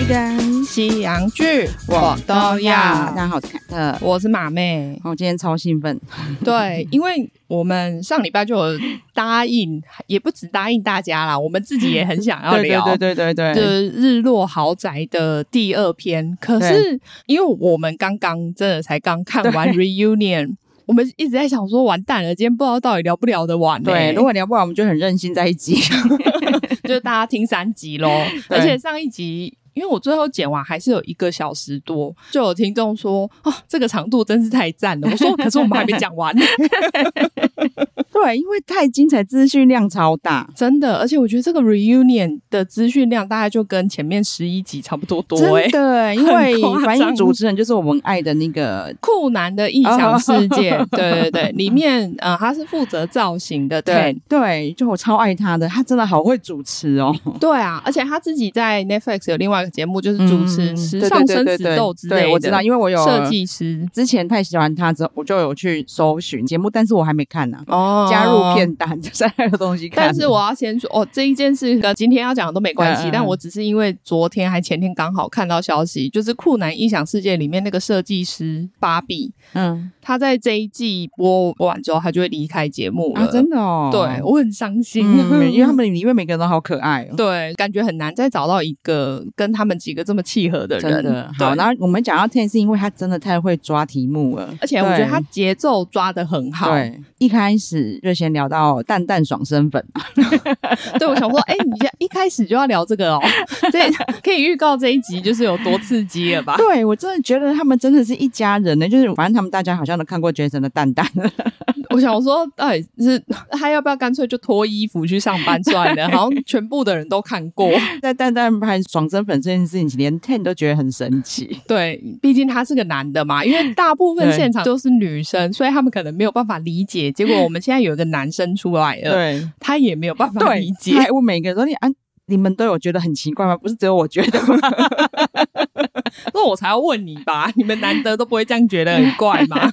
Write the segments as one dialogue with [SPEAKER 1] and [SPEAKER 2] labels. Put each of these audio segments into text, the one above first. [SPEAKER 1] 一根西洋剧
[SPEAKER 2] 我都要
[SPEAKER 1] 大家好，我是凯特。然，
[SPEAKER 2] 我是马妹
[SPEAKER 1] 后今天超兴奋，
[SPEAKER 2] 对，因为我们上礼拜就有答应，也不止答应大家啦，我们自己也很想要聊，
[SPEAKER 1] 对对对
[SPEAKER 2] 就，是日落豪宅的第二篇。可是因为我们刚刚真的才刚看完 reunion，我们一直在想说，完蛋了，今天不知道到底聊不聊得完、欸。
[SPEAKER 1] 对，如果聊不完，我们就很任性在一起。
[SPEAKER 2] 就是大家听三集喽。
[SPEAKER 1] 对
[SPEAKER 2] 而且上一集，因为我最后剪完还是有一个小时多，就有听众说：“哦，这个长度真是太赞了。”我说：“可是我们还没讲完，
[SPEAKER 1] 对，因为太精彩，资讯量超大，
[SPEAKER 2] 真的。”而且我觉得这个 reunion 的资讯量大概就跟前面十一集差不多多哎、
[SPEAKER 1] 真的，因为
[SPEAKER 2] 很夸张
[SPEAKER 1] 反映主持人就是我们爱的那个，
[SPEAKER 2] 酷男的异想世界，
[SPEAKER 1] 啊
[SPEAKER 2] 对对对，里面呃，他是负责造型的 Ten，
[SPEAKER 1] 对，就我超爱他的，他真的好会主持哦。
[SPEAKER 2] 对啊，而且他自己在 Netflix 有另外一个节目，就是主持
[SPEAKER 1] 嗯
[SPEAKER 2] 时
[SPEAKER 1] 对
[SPEAKER 2] 尚
[SPEAKER 1] 对
[SPEAKER 2] 生
[SPEAKER 1] 对
[SPEAKER 2] 死斗之类
[SPEAKER 1] 对
[SPEAKER 2] 的，
[SPEAKER 1] 嗯对我知道，因为我有
[SPEAKER 2] 设计师
[SPEAKER 1] 之前太喜欢他之后，我就有去搜寻节目，但是我还没看呢、
[SPEAKER 2] 哦
[SPEAKER 1] 加入片单， 就是还有东西看。
[SPEAKER 2] 但是我要先说，哦，这一件事跟今天要讲的都没关
[SPEAKER 1] 嗯
[SPEAKER 2] 系
[SPEAKER 1] 嗯。
[SPEAKER 2] 但我只是因为昨天还前天刚好看到消息，就是《酷男异想世界》里面那个设计师芭比，
[SPEAKER 1] 嗯
[SPEAKER 2] 他在这一季播播完之后，他就会离开节目了。
[SPEAKER 1] 啊，真的哦，
[SPEAKER 2] 对我很伤心，
[SPEAKER 1] 嗯，因为他们里面每个人都好可爱哦。
[SPEAKER 2] 对感觉很难再找到一个跟他们几个这么契合的
[SPEAKER 1] 真
[SPEAKER 2] 人。
[SPEAKER 1] 的
[SPEAKER 2] 对
[SPEAKER 1] 好，然后我们讲到 Ten 是因为他真的太会抓题目了，
[SPEAKER 2] 而且我觉得他
[SPEAKER 1] 对
[SPEAKER 2] 节奏抓的很好。
[SPEAKER 1] 对一开始就先聊到蛋蛋爽身粉，
[SPEAKER 2] 对，我想说，哎、你这一开始就要聊 这个哦，这可以预告这一集就是有多刺激了吧？
[SPEAKER 1] 对我真的觉得他们真的是一家人呢，就是反正他们大家好像都看过 Jason 的蛋蛋，
[SPEAKER 2] 我想说，到底是他要不要干脆就脱衣服去上班算了？好像全部的人都看 过。
[SPEAKER 1] 在蛋蛋拍爽身粉这件事情，连 Ten 都觉得很神奇。
[SPEAKER 2] 对，毕竟他是个男的嘛，因为大部分
[SPEAKER 1] 对
[SPEAKER 2] 现场都是女生，所以他们可能没有办法理解。结果我们现在有一个男生出来了，
[SPEAKER 1] 对
[SPEAKER 2] 他也没有办法
[SPEAKER 1] 对，
[SPEAKER 2] 理解
[SPEAKER 1] 他。 还问每个人说你啊。你们都有觉得很奇怪吗？不是只有我觉得吗？
[SPEAKER 2] 那我才要问你吧，你们男的都不会这样觉得很怪吗？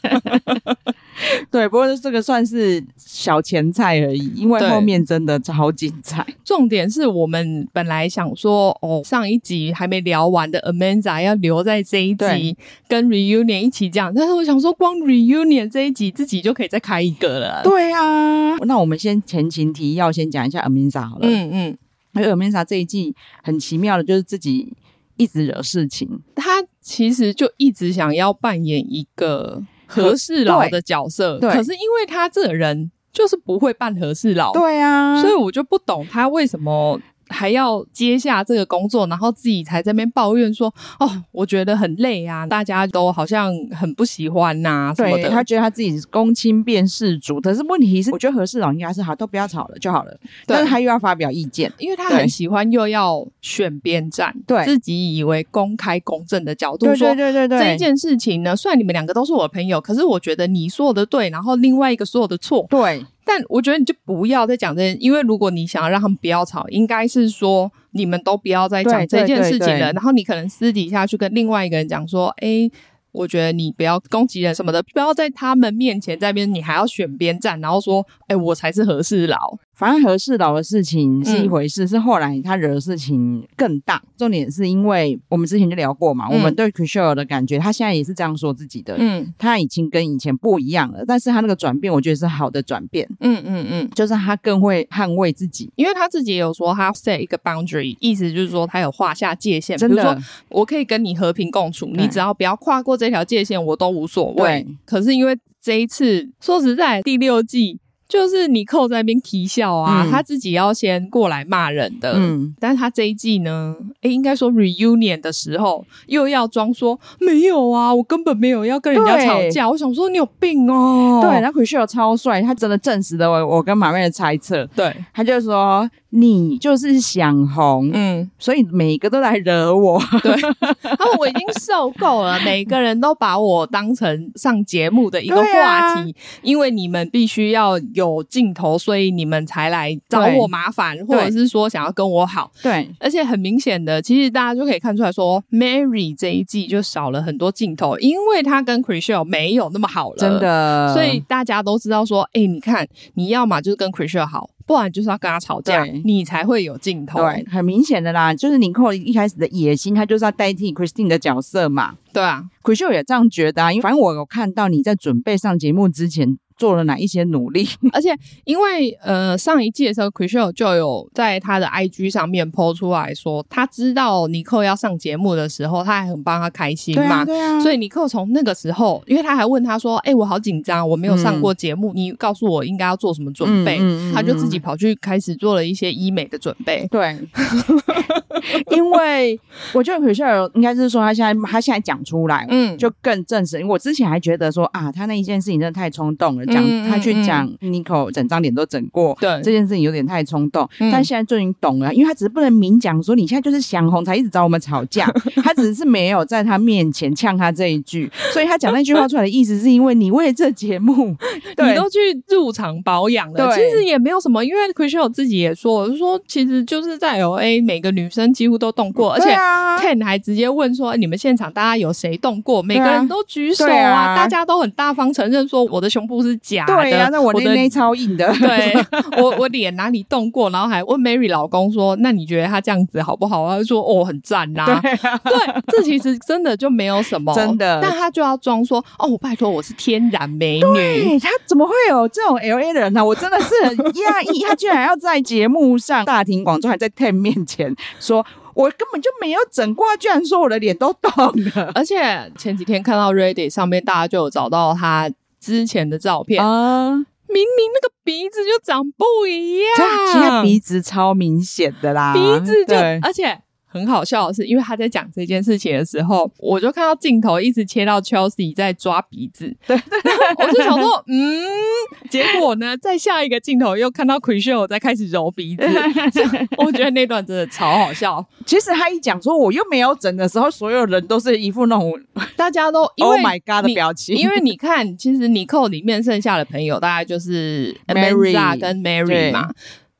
[SPEAKER 1] 对，不过这个算是小前菜而已，因为
[SPEAKER 2] 对
[SPEAKER 1] 后面真的超精彩。
[SPEAKER 2] 重点是我们本来想说，哦，上一集还没聊完的 Amanda 要留在这一
[SPEAKER 1] 对
[SPEAKER 2] 集跟 Reunion 一起讲，但是我想说，光 Reunion 这一集自己就可以再开一个了。
[SPEAKER 1] 对啊，那我们先前情提要，先讲一下 Amisa 好了。
[SPEAKER 2] 嗯嗯，
[SPEAKER 1] 因为 Amisa 这一季很奇妙的，就是自己一直惹事情。
[SPEAKER 2] 他其实就一直想要扮演一个和事佬的角色，
[SPEAKER 1] 对对
[SPEAKER 2] 可是因为他这个人就是不会扮和事佬，
[SPEAKER 1] 对啊
[SPEAKER 2] 所以我就不懂他为什么。还要接下这个工作，然后自己才在那边抱怨说：“哦，我觉得很累啊，大家都好像很不喜欢呐、什么
[SPEAKER 1] 对
[SPEAKER 2] 的。”
[SPEAKER 1] 他觉得他自己公亲变世主，可是问题是，我觉得何事佬应该是好，都不要吵了就好了。但是他又要发表意见，
[SPEAKER 2] 因为他
[SPEAKER 1] 对
[SPEAKER 2] 很喜欢又要选边站，
[SPEAKER 1] 对
[SPEAKER 2] 自己以为公开公正的角度
[SPEAKER 1] 对
[SPEAKER 2] 说
[SPEAKER 1] 对对对对，
[SPEAKER 2] 这一件事情呢，虽然你们两个都是我的朋友，可是我觉得你说的对，然后另外一个说的错，
[SPEAKER 1] 对
[SPEAKER 2] 但我觉得你就不要再讲这件，因为如果你想要让他们不要吵，应该是说你们都不要再讲
[SPEAKER 1] 对
[SPEAKER 2] 这件
[SPEAKER 1] 对对
[SPEAKER 2] 事情了，
[SPEAKER 1] 对
[SPEAKER 2] 然后你可能私底下去跟另外一个人讲说，哎。我觉得你不要攻击人什么的，不要在他们面前在那边，你还要选边站，然后说，哎、我才是和事佬。
[SPEAKER 1] 反正何事佬的事情是一回
[SPEAKER 2] 嗯
[SPEAKER 1] 事，是后来他惹的事情更大。重点是因为我们之前就聊过嘛，
[SPEAKER 2] 嗯
[SPEAKER 1] 我们对 c r i s h e l 的感觉，他现在也是这样说自己的。
[SPEAKER 2] 嗯
[SPEAKER 1] 他已经跟以前不一样了，但是他那个转变，我觉得是好的转变，
[SPEAKER 2] 嗯嗯嗯，
[SPEAKER 1] 就是他更会捍卫自己。
[SPEAKER 2] 因为他自己也有说，他 set 一个 boundary，意思就是说他有划下界限，
[SPEAKER 1] 真
[SPEAKER 2] 比如
[SPEAKER 1] 的
[SPEAKER 2] 说，我可以跟你和平共处，
[SPEAKER 1] 对
[SPEAKER 2] 你只要不要跨过这条界限，我都无所谓
[SPEAKER 1] 对。
[SPEAKER 2] 可是因为这一次，说实在，第六季。就是尼寇在那边啼笑啊，
[SPEAKER 1] 嗯
[SPEAKER 2] 他自己要先过来骂人的，
[SPEAKER 1] 嗯
[SPEAKER 2] 但是他这一季呢，诶，应该说 reunion 的时候又要装说没有啊，我根本没有要跟人家
[SPEAKER 1] 对
[SPEAKER 2] 吵架，我想说你有病哦，
[SPEAKER 1] 对，然后奎秀尔超帅，他真的证实了我我跟马妹的猜测，
[SPEAKER 2] 对，
[SPEAKER 1] 他就说你就是想红，
[SPEAKER 2] 嗯，
[SPEAKER 1] 所以每个都来惹我，
[SPEAKER 2] 他们我已经受够了，每个人都把我当成上节目的一个
[SPEAKER 1] 对啊
[SPEAKER 2] 话题，因为你们必须要有镜头，所以你们才来找
[SPEAKER 1] 对
[SPEAKER 2] 我麻烦，或者是说想要跟我好。
[SPEAKER 1] 对
[SPEAKER 2] 而且很明显的，其实大家就可以看出来说，Mary 这一季就少了很多镜头，因为她跟 c r i s h e l 没有那么好了，
[SPEAKER 1] 真。的，
[SPEAKER 2] 所以大家都知道说，哎、你看，你要嘛就是跟 c r i s h e l 好，不然就是要跟他吵架
[SPEAKER 1] 对，
[SPEAKER 2] 你才会有镜头。
[SPEAKER 1] 对，很明显的啦，就是尼寇一开始的野心，他就是要代替 Christine 的角色嘛。
[SPEAKER 2] 对啊，
[SPEAKER 1] 奎秀也这样觉得啊，因为反正我有看到你在准备上节目之前做了哪一些努力，
[SPEAKER 2] 而且因为呃上一季的时候 c r i s h e l 就有在他的 IG 上面 PO 出来说，他知道尼克要上节目的时候，他还很帮他开心嘛。
[SPEAKER 1] 对啊
[SPEAKER 2] 所
[SPEAKER 1] 以
[SPEAKER 2] 以尼克从那个时候，因为他还问他说：“哎、我好紧张，我没有上过节目，你告诉我应该要做什么准备？”
[SPEAKER 1] 嗯嗯嗯嗯
[SPEAKER 2] 他就自己跑去开始做了一些医美的准备。
[SPEAKER 1] 对，因为我觉得奎秀尔应该是说他现在他现在讲出来，
[SPEAKER 2] 嗯
[SPEAKER 1] 就更证实。因为我之前还觉得说啊，他那一件事情真的太冲动了，讲、
[SPEAKER 2] 嗯嗯
[SPEAKER 1] 他去讲 n i c o 整张脸都整过，
[SPEAKER 2] 对
[SPEAKER 1] 这件事情有点太冲动。
[SPEAKER 2] 嗯
[SPEAKER 1] 但现在终于懂了，因为他只是不能明讲说你现在就是想红才一直找我们吵 架，他只是没有在他面前呛他这一句，所以他讲那句话出来的意思是因为你为了这节 目，
[SPEAKER 2] 你
[SPEAKER 1] 对
[SPEAKER 2] 都去入场保养了，
[SPEAKER 1] 对
[SPEAKER 2] 其实也没有什么，因为 c r i s h e l 自己也说，我就说其实就是在 LA 每个女生几乎都动过，而且
[SPEAKER 1] 对啊
[SPEAKER 2] Ten 还直接问说：“你们现场大家有谁动过？”每个人都举手
[SPEAKER 1] 对啊
[SPEAKER 2] 大家都很大方承认说我的胸部是假的，
[SPEAKER 1] 对呀、那我
[SPEAKER 2] 我
[SPEAKER 1] 那
[SPEAKER 2] 的
[SPEAKER 1] 那超硬的，
[SPEAKER 2] 对我我脸哪里动过，然后还问 Mary 老公说：“那你觉得他这样子好不好？”他就说：“哦，很赞呐、
[SPEAKER 1] 对啊，
[SPEAKER 2] 对，这其实真的就没有什 么，
[SPEAKER 1] 真的
[SPEAKER 2] 但他就要装说：“哦，我拜托，我是天然美女。
[SPEAKER 1] 对哎他怎么会有这种 L A 人呢、我真的是很讶异，他居然要在节目上大庭广众，还在 Ten 面前说。我根本就没有整过，他啊居然说我的脸都动了”
[SPEAKER 2] 而且前几天看到 Reddit 上面大家就有找到他之前的照片，
[SPEAKER 1] 啊！
[SPEAKER 2] 明明那个鼻子就长不一样，
[SPEAKER 1] 他啊其实他鼻子超明显的啦，
[SPEAKER 2] 鼻子就，
[SPEAKER 1] 对
[SPEAKER 2] 而且很好笑的是，因为他在讲这件事情的时候，我就看到镜头一直切到 Chelsea 在抓鼻子，对，我就想说，嗯，结果呢，在下一个镜头又看到 c r i s h e l 在开始揉鼻子，我觉得那段真的超好笑，
[SPEAKER 1] 其实他一讲说我又没有整的时候，所有人都是一副那种
[SPEAKER 2] 大家都因
[SPEAKER 1] Oh
[SPEAKER 2] 为
[SPEAKER 1] my God 的
[SPEAKER 2] 你
[SPEAKER 1] 表情，
[SPEAKER 2] 因为你看，其实尼寇里面剩下的朋友大概就是
[SPEAKER 1] Mary
[SPEAKER 2] Amanda 跟 Mary 嘛，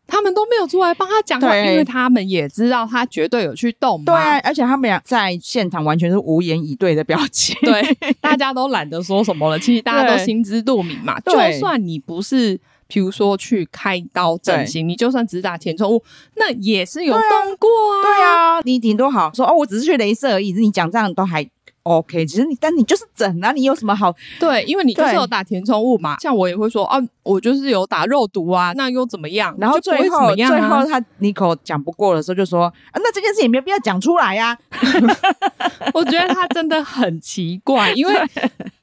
[SPEAKER 2] 他们都没有出来帮他讲话，
[SPEAKER 1] 对
[SPEAKER 2] 因为他们也知道他绝对有去动嘛。
[SPEAKER 1] 对啊，而且他们俩在现场完全是无言以对的表情，
[SPEAKER 2] 对， 大家都懒得说什么了。其实大家都心知肚明嘛。就
[SPEAKER 1] 对
[SPEAKER 2] 算你不是，比如说去开刀整形，你就算只打填充物，那也是有动过啊。
[SPEAKER 1] 对啊，你顶多好说哦，我只是去镭射而已。你讲这样都还 OK，其实你但你就是整啊，你有什么好？
[SPEAKER 2] 对因为你就是
[SPEAKER 1] 对
[SPEAKER 2] 有打填充物嘛。像我也会说啊，我就是有打肉毒啊，那又怎么样？
[SPEAKER 1] 然后
[SPEAKER 2] 就不会
[SPEAKER 1] 最
[SPEAKER 2] 怎
[SPEAKER 1] 后、
[SPEAKER 2] 么样
[SPEAKER 1] 最
[SPEAKER 2] 啊
[SPEAKER 1] 后他 Nico 讲不过的时候就说、啊，那这件事也没有必要讲出来呀、
[SPEAKER 2] 我觉得他真的很奇怪，因为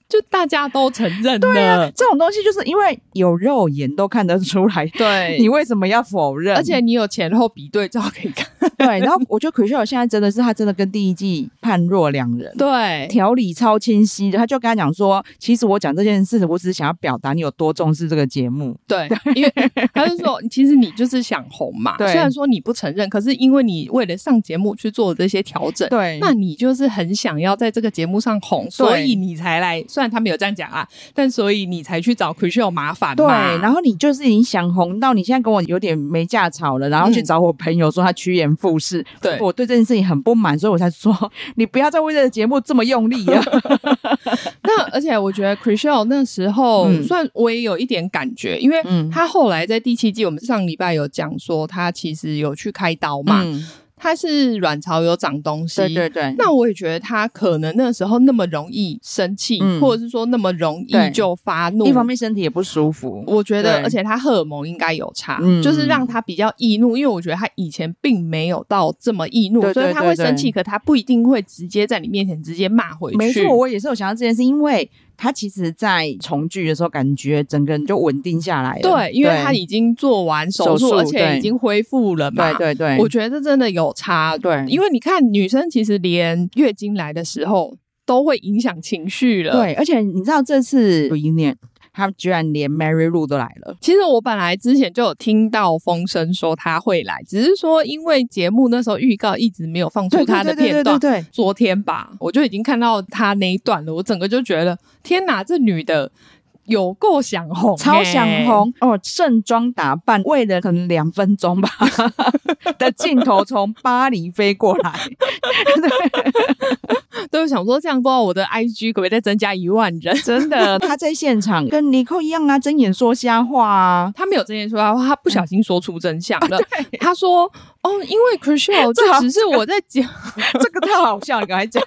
[SPEAKER 2] 就大家都承认了，
[SPEAKER 1] 这种东西就是因为有肉眼都看得出来，
[SPEAKER 2] 对
[SPEAKER 1] 你为什么要否认？
[SPEAKER 2] 而且你有前后比对照可以看，
[SPEAKER 1] 对，然后我觉得 c h r i s t 现在真的是他真的跟第一季判若两人。
[SPEAKER 2] 对
[SPEAKER 1] 条理超清晰的，他就跟他讲说，其实我讲这件事，我只是想要表达你有多重视这个节目。
[SPEAKER 2] 对，因为他就说， 其实你就是想红嘛。
[SPEAKER 1] 对
[SPEAKER 2] 虽然说你不承认，可是因为你为了上节目去做这些调整，
[SPEAKER 1] 对
[SPEAKER 2] 那你就是很想要在这个节目上红，所以你才来。虽然他没有这样讲啊，但所以你才去找 c r i s t a l 麻烦嘛。
[SPEAKER 1] 对，然后你就是已经想红到你现在跟我有点没架吵了，然后去
[SPEAKER 2] 嗯
[SPEAKER 1] 找我朋友说他趋炎附势，
[SPEAKER 2] 对
[SPEAKER 1] 我对这件事情很不满，所以我才说你不要再为这个节目这么用力 了。
[SPEAKER 2] 那而且我觉得 c r i s t a l 那时候，
[SPEAKER 1] 嗯
[SPEAKER 2] 虽然我也有一点感觉，因为
[SPEAKER 1] 嗯
[SPEAKER 2] 他后来在第七季，我们上礼拜有讲说他其实有去开刀嘛，
[SPEAKER 1] 嗯，
[SPEAKER 2] 他是卵巢有长东西，
[SPEAKER 1] 对对对，
[SPEAKER 2] 那我也觉得他可能那时候那么容易生气，
[SPEAKER 1] 嗯
[SPEAKER 2] 或者是说那么容易
[SPEAKER 1] 对
[SPEAKER 2] 就发怒。
[SPEAKER 1] 一方，面身体也不舒服，
[SPEAKER 2] 我觉得，
[SPEAKER 1] 对
[SPEAKER 2] 而且他荷尔蒙应该有差，
[SPEAKER 1] 嗯
[SPEAKER 2] 就是让他比较易怒，因为我觉得他以前并没有到这么易怒，
[SPEAKER 1] 对对
[SPEAKER 2] 所以他会
[SPEAKER 1] 对对
[SPEAKER 2] 生气，可他不一定会直接在你面前直接骂回去。
[SPEAKER 1] 没错，我也是有想到这件事，因为他其实，在重聚的时候，感觉整个人就稳定下来了。
[SPEAKER 2] 对，因为他已经做完手
[SPEAKER 1] 手
[SPEAKER 2] 术，
[SPEAKER 1] 术
[SPEAKER 2] 而且
[SPEAKER 1] 对
[SPEAKER 2] 已经恢复了嘛。
[SPEAKER 1] 对对对，
[SPEAKER 2] 我觉得真的有差。
[SPEAKER 1] 对
[SPEAKER 2] 因为你看，女生其实连月经来的时候都会影响情绪了。。
[SPEAKER 1] 对，而且你知道这次 reunion，他居然连 Mary Lou 都来了。
[SPEAKER 2] 其实我本来之前就有听到风声说她会来，只是说因为节目那时候预告一直没有放出
[SPEAKER 1] 对
[SPEAKER 2] 她
[SPEAKER 1] 对
[SPEAKER 2] 的
[SPEAKER 1] 对
[SPEAKER 2] 片
[SPEAKER 1] 对
[SPEAKER 2] 段
[SPEAKER 1] 对，对，
[SPEAKER 2] 昨天吧，我就已经看到她那一段了，我整个就觉得天哪，这女的有够想红、欸
[SPEAKER 1] 超想。红哦！盛装打扮，为了可能两分钟吧 的镜头从巴黎飞过来，
[SPEAKER 2] 对，我想说这样不知道我的 IG 可不可以再增加一万人？
[SPEAKER 1] 真的，他在现场跟尼寇一样啊，睁眼说瞎话啊，
[SPEAKER 2] 他没有这件说啊，他不小心说出真相
[SPEAKER 1] 嗯
[SPEAKER 2] 了。他说：“哦，因为 c r i s h e l
[SPEAKER 1] 这
[SPEAKER 2] 就
[SPEAKER 1] 啊好
[SPEAKER 2] 只是我在节
[SPEAKER 1] 这个太好笑了，赶快讲。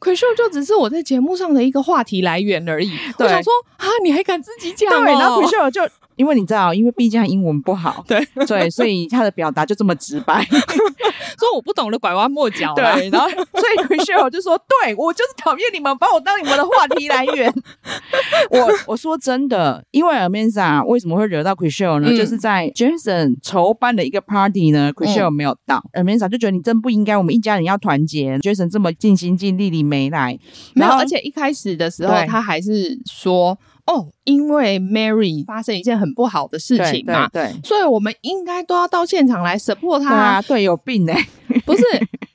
[SPEAKER 2] c r i s h e l 就只是我在节目上的一个话题来源而已。”我
[SPEAKER 1] 对
[SPEAKER 2] 想说啊，你还敢自己讲、哦？
[SPEAKER 1] 对，然 后 p r i s c i l 就因为你知道，因为毕竟他英文不好，
[SPEAKER 2] 对
[SPEAKER 1] 对，所以他的表达就这么直 白。
[SPEAKER 2] 说我不懂得拐弯抹角、啊。
[SPEAKER 1] 对， 然后所以 p r i s c i l 就说：“对我就是讨厌你们，把我当你们的话题来 源。我”我说真的，因为 Amanda 为什么会惹到 p r i s c i l 呢？
[SPEAKER 2] 嗯
[SPEAKER 1] 就是在 Jason 筹办的一个 party 呢 p r i s
[SPEAKER 2] 嗯
[SPEAKER 1] c i l 没有到、a m a n d a 就觉得你真不应该，我们一家人要团结。Jason 这么尽心尽力，你没来，
[SPEAKER 2] 没有，
[SPEAKER 1] 然后
[SPEAKER 2] 而且一开始的时候，
[SPEAKER 1] 对
[SPEAKER 2] 他还是说：“哦，因为 Mary 发生一件很不好的事情嘛，
[SPEAKER 1] 对。对对
[SPEAKER 2] 所以我们应该都要到现场来 support 他。
[SPEAKER 1] 对啊，对，有病哎、
[SPEAKER 2] 不是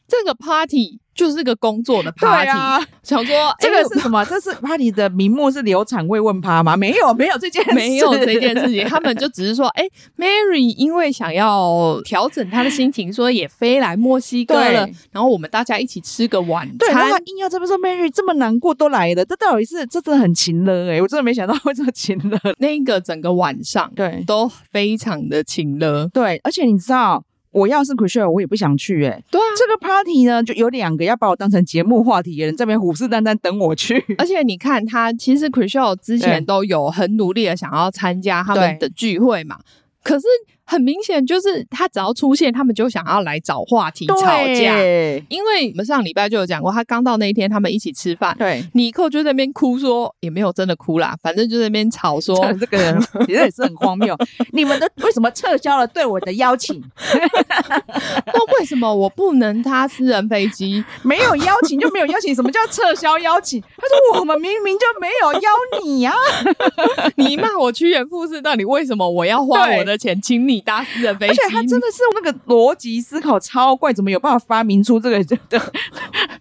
[SPEAKER 2] 这个 party 就是个工作的 party，、，想说
[SPEAKER 1] 啊这
[SPEAKER 2] 哎
[SPEAKER 1] 个是什 么？这是 party 的名目是流产慰问趴吗？没有，没有这件事，
[SPEAKER 2] 没有这件事情，他们就只是说，哎、m a r y 因为想要调整她的心情，所以也飞来墨西哥了
[SPEAKER 1] 对。
[SPEAKER 2] 然后我们大家一起吃个晚
[SPEAKER 1] 对，然后
[SPEAKER 2] 餐
[SPEAKER 1] 他。硬要这边说 Mary 这么难过都来了，这到底是这真的很勤了哎、我真的没想到会这么勤了。
[SPEAKER 2] 那个整个晚上
[SPEAKER 1] 对
[SPEAKER 2] 都非常的情了。
[SPEAKER 1] 对，而且你知道，我要是 c r i s h e l 我也不想去哎、
[SPEAKER 2] 对啊，
[SPEAKER 1] 这个 party 呢，就有两个要把我当成节目话题的人在那边虎视眈眈等我去。
[SPEAKER 2] 而且你看他，其实 c r i s h e l 之前
[SPEAKER 1] 对
[SPEAKER 2] 都有很努力的想要参加他们的聚会嘛，可是很明显就是他只要出现，他们就想要来找话题吵架。
[SPEAKER 1] 对
[SPEAKER 2] 因为我们上礼拜就有讲过，他刚到那一天，他们一起吃饭，
[SPEAKER 1] 对，
[SPEAKER 2] 尼寇就在那边哭说，也没有真的哭啦，反正就在那边 吵说，
[SPEAKER 1] 这个人其实也是很荒谬。你们都为什么撤销了对我的邀请？
[SPEAKER 2] 那为什么我不能搭私人飞机？
[SPEAKER 1] 没有邀请就没有邀请，什么叫撤销邀请？ 他说我们明明就没有邀你 呀、啊，
[SPEAKER 2] 你骂我屈原复试，到底为什么我要花
[SPEAKER 1] 对
[SPEAKER 2] 我的钱请你搭私人飞
[SPEAKER 1] 而
[SPEAKER 2] 机
[SPEAKER 1] 且？他真的是那个逻辑思考超怪，怎么有办法发明出这个 的？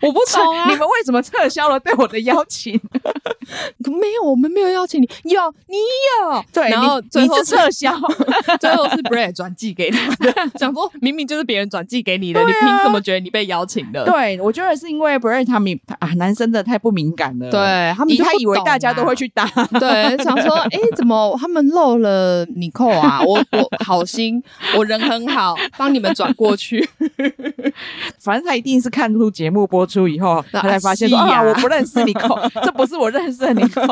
[SPEAKER 2] 我不懂啊
[SPEAKER 1] 你，们为什么撤销了对我的邀 请？
[SPEAKER 2] 没有，我们没有邀请你，有你有，然后
[SPEAKER 1] 你
[SPEAKER 2] 最
[SPEAKER 1] 你
[SPEAKER 2] 后
[SPEAKER 1] 是撤销，
[SPEAKER 2] 最后是 Brad 转寄给他 的，想说明明就是别人转寄给你的，
[SPEAKER 1] 对啊
[SPEAKER 2] 你凭什么觉得你被邀请的？
[SPEAKER 1] 对我觉得是因为 b r a 他们啊，男生真的太不敏感了，
[SPEAKER 2] 对，，他们
[SPEAKER 1] 你
[SPEAKER 2] 就不
[SPEAKER 1] 他以为
[SPEAKER 2] 懂
[SPEAKER 1] 大家都会
[SPEAKER 2] 啊。
[SPEAKER 1] 去打，
[SPEAKER 2] 对，想说，哎，怎么他们漏了你扣啊？ 我我好心，我人很好，帮你们转 过去。
[SPEAKER 1] 反正他一定是看出节目播出以后，
[SPEAKER 2] 那
[SPEAKER 1] 他才发现说
[SPEAKER 2] 是呀
[SPEAKER 1] 啊，我不认识你扣，这不是我认识的你扣，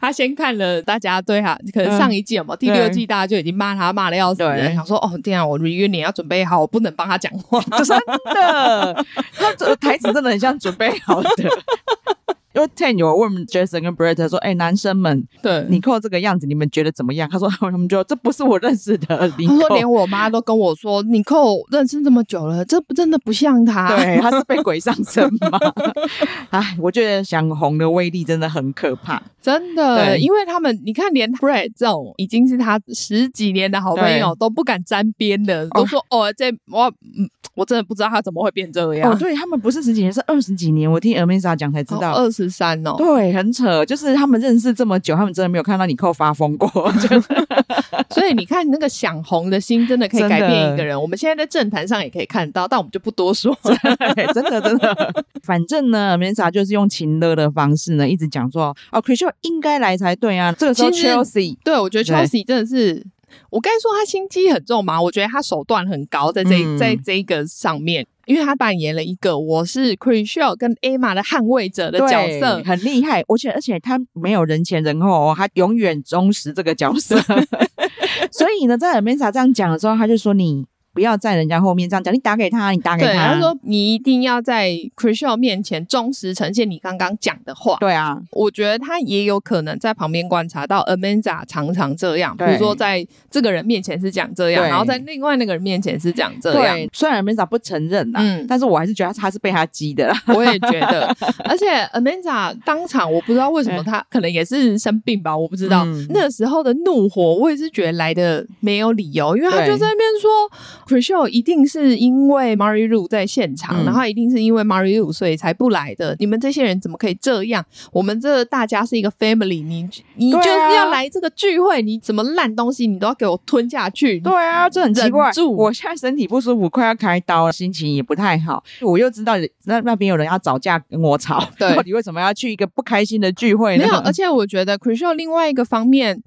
[SPEAKER 2] 他先看了大家对他，可能上一季有没有？第六季大家就已经骂他骂的要死了，
[SPEAKER 1] 嗯对
[SPEAKER 2] 想说，哦，天啊，我 reunion 要准备好，我不能帮他讲话。
[SPEAKER 1] 真的，他这台词真的很像准备好的。 因为 Ten 有问 Jason 跟 Brett 说：“哎、男生们，
[SPEAKER 2] 对，
[SPEAKER 1] 你扣这个样子，你们觉得怎么样？”他说：“ 他们就这不是我认识的你
[SPEAKER 2] 他
[SPEAKER 1] 扣
[SPEAKER 2] 说连我妈都跟我说，你扣认识这么久了，这不真的不像他。
[SPEAKER 1] 对，他是被鬼上身 吗？哎，我觉得想红的威力真的很可怕。
[SPEAKER 2] 真的，
[SPEAKER 1] 对
[SPEAKER 2] 因为他们你看，连 Brad 这种已经是他十几年的好朋友都不敢沾边的，都说哦，这我嗯，我真的不知道他怎么会变这 样
[SPEAKER 1] 哦，。对他们不是十几年，是二十几年。我听 Amanda 讲才知道。
[SPEAKER 2] 二十三哦，
[SPEAKER 1] 对，很扯，就是他们认识这么久，他们真的没有看到你扣发疯过， 就是
[SPEAKER 2] 所以你看那个想红的心，真的可以
[SPEAKER 1] 真
[SPEAKER 2] 改
[SPEAKER 1] 的
[SPEAKER 2] 变一个人。我们现在在政坛上也可以看到，但我们就不多说。
[SPEAKER 1] 对真的真的。 反正呢，Amanda 就是用情勒的方式呢，一直讲说，哦 c h r i s t 应该来才对啊。这个时候
[SPEAKER 2] 其实
[SPEAKER 1] Chelsea
[SPEAKER 2] 对，我觉得
[SPEAKER 1] 对
[SPEAKER 2] Chelsea 真的是，我该说他心机很重嘛？我觉得他手段很高，在这、
[SPEAKER 1] 嗯
[SPEAKER 2] 在这一个上面，因为他扮演了一个我是 c r i s h e l 跟 Emma 的捍卫者的
[SPEAKER 1] 对
[SPEAKER 2] 角色。
[SPEAKER 1] 很厉害，而且而且他没有人前人后哦，他永 远忠实这个角色。所以呢，在 Amanda 这样讲的时候，他就说你。不要在人家后面这样讲，你打给他，你打给
[SPEAKER 2] 对，
[SPEAKER 1] 他。
[SPEAKER 2] 他说你一定要在 c r i s h a l 面前忠实呈现你刚刚讲的话。
[SPEAKER 1] 对啊，
[SPEAKER 2] 我觉得他也有可能在旁边观察到 Amanda 常常这样，比
[SPEAKER 1] 对
[SPEAKER 2] 如说在这个人面前是讲这样，
[SPEAKER 1] 对
[SPEAKER 2] 然后在另外那个人面前是讲这样。
[SPEAKER 1] 对，虽然 m e n a 不承认啦，
[SPEAKER 2] 嗯
[SPEAKER 1] 但是我还是觉得他是被他激的啦。
[SPEAKER 2] 我也觉得，而且 Amanda 当场我不知道为什么她可能也是生病吧，我不知道。
[SPEAKER 1] 嗯
[SPEAKER 2] 那个时候的怒火，我也是觉得来的没有理由，因为他
[SPEAKER 1] 对
[SPEAKER 2] 就在那边说 c r i s h a l 一定是因为 Mary Lou 在现场，
[SPEAKER 1] 嗯
[SPEAKER 2] 然后一定是因为 Mary Lou 所以才不来的。你们这些人怎么可以这样？我们这大家是一个 family，你你
[SPEAKER 1] 对
[SPEAKER 2] 就
[SPEAKER 1] 啊
[SPEAKER 2] 是要来这个聚会，你怎么烂东西你都要给我吞下去？
[SPEAKER 1] 对啊，这很奇
[SPEAKER 2] 忍
[SPEAKER 1] 怪。
[SPEAKER 2] 住
[SPEAKER 1] 我现在身体不舒服，快要开刀了，心情也不太好。我又知道那那边有人要找架跟我吵，
[SPEAKER 2] 对
[SPEAKER 1] 到底为什么要去一个不开心的聚会呢？
[SPEAKER 2] 没有，而且我觉得 c r i s h a l 另外一个方面，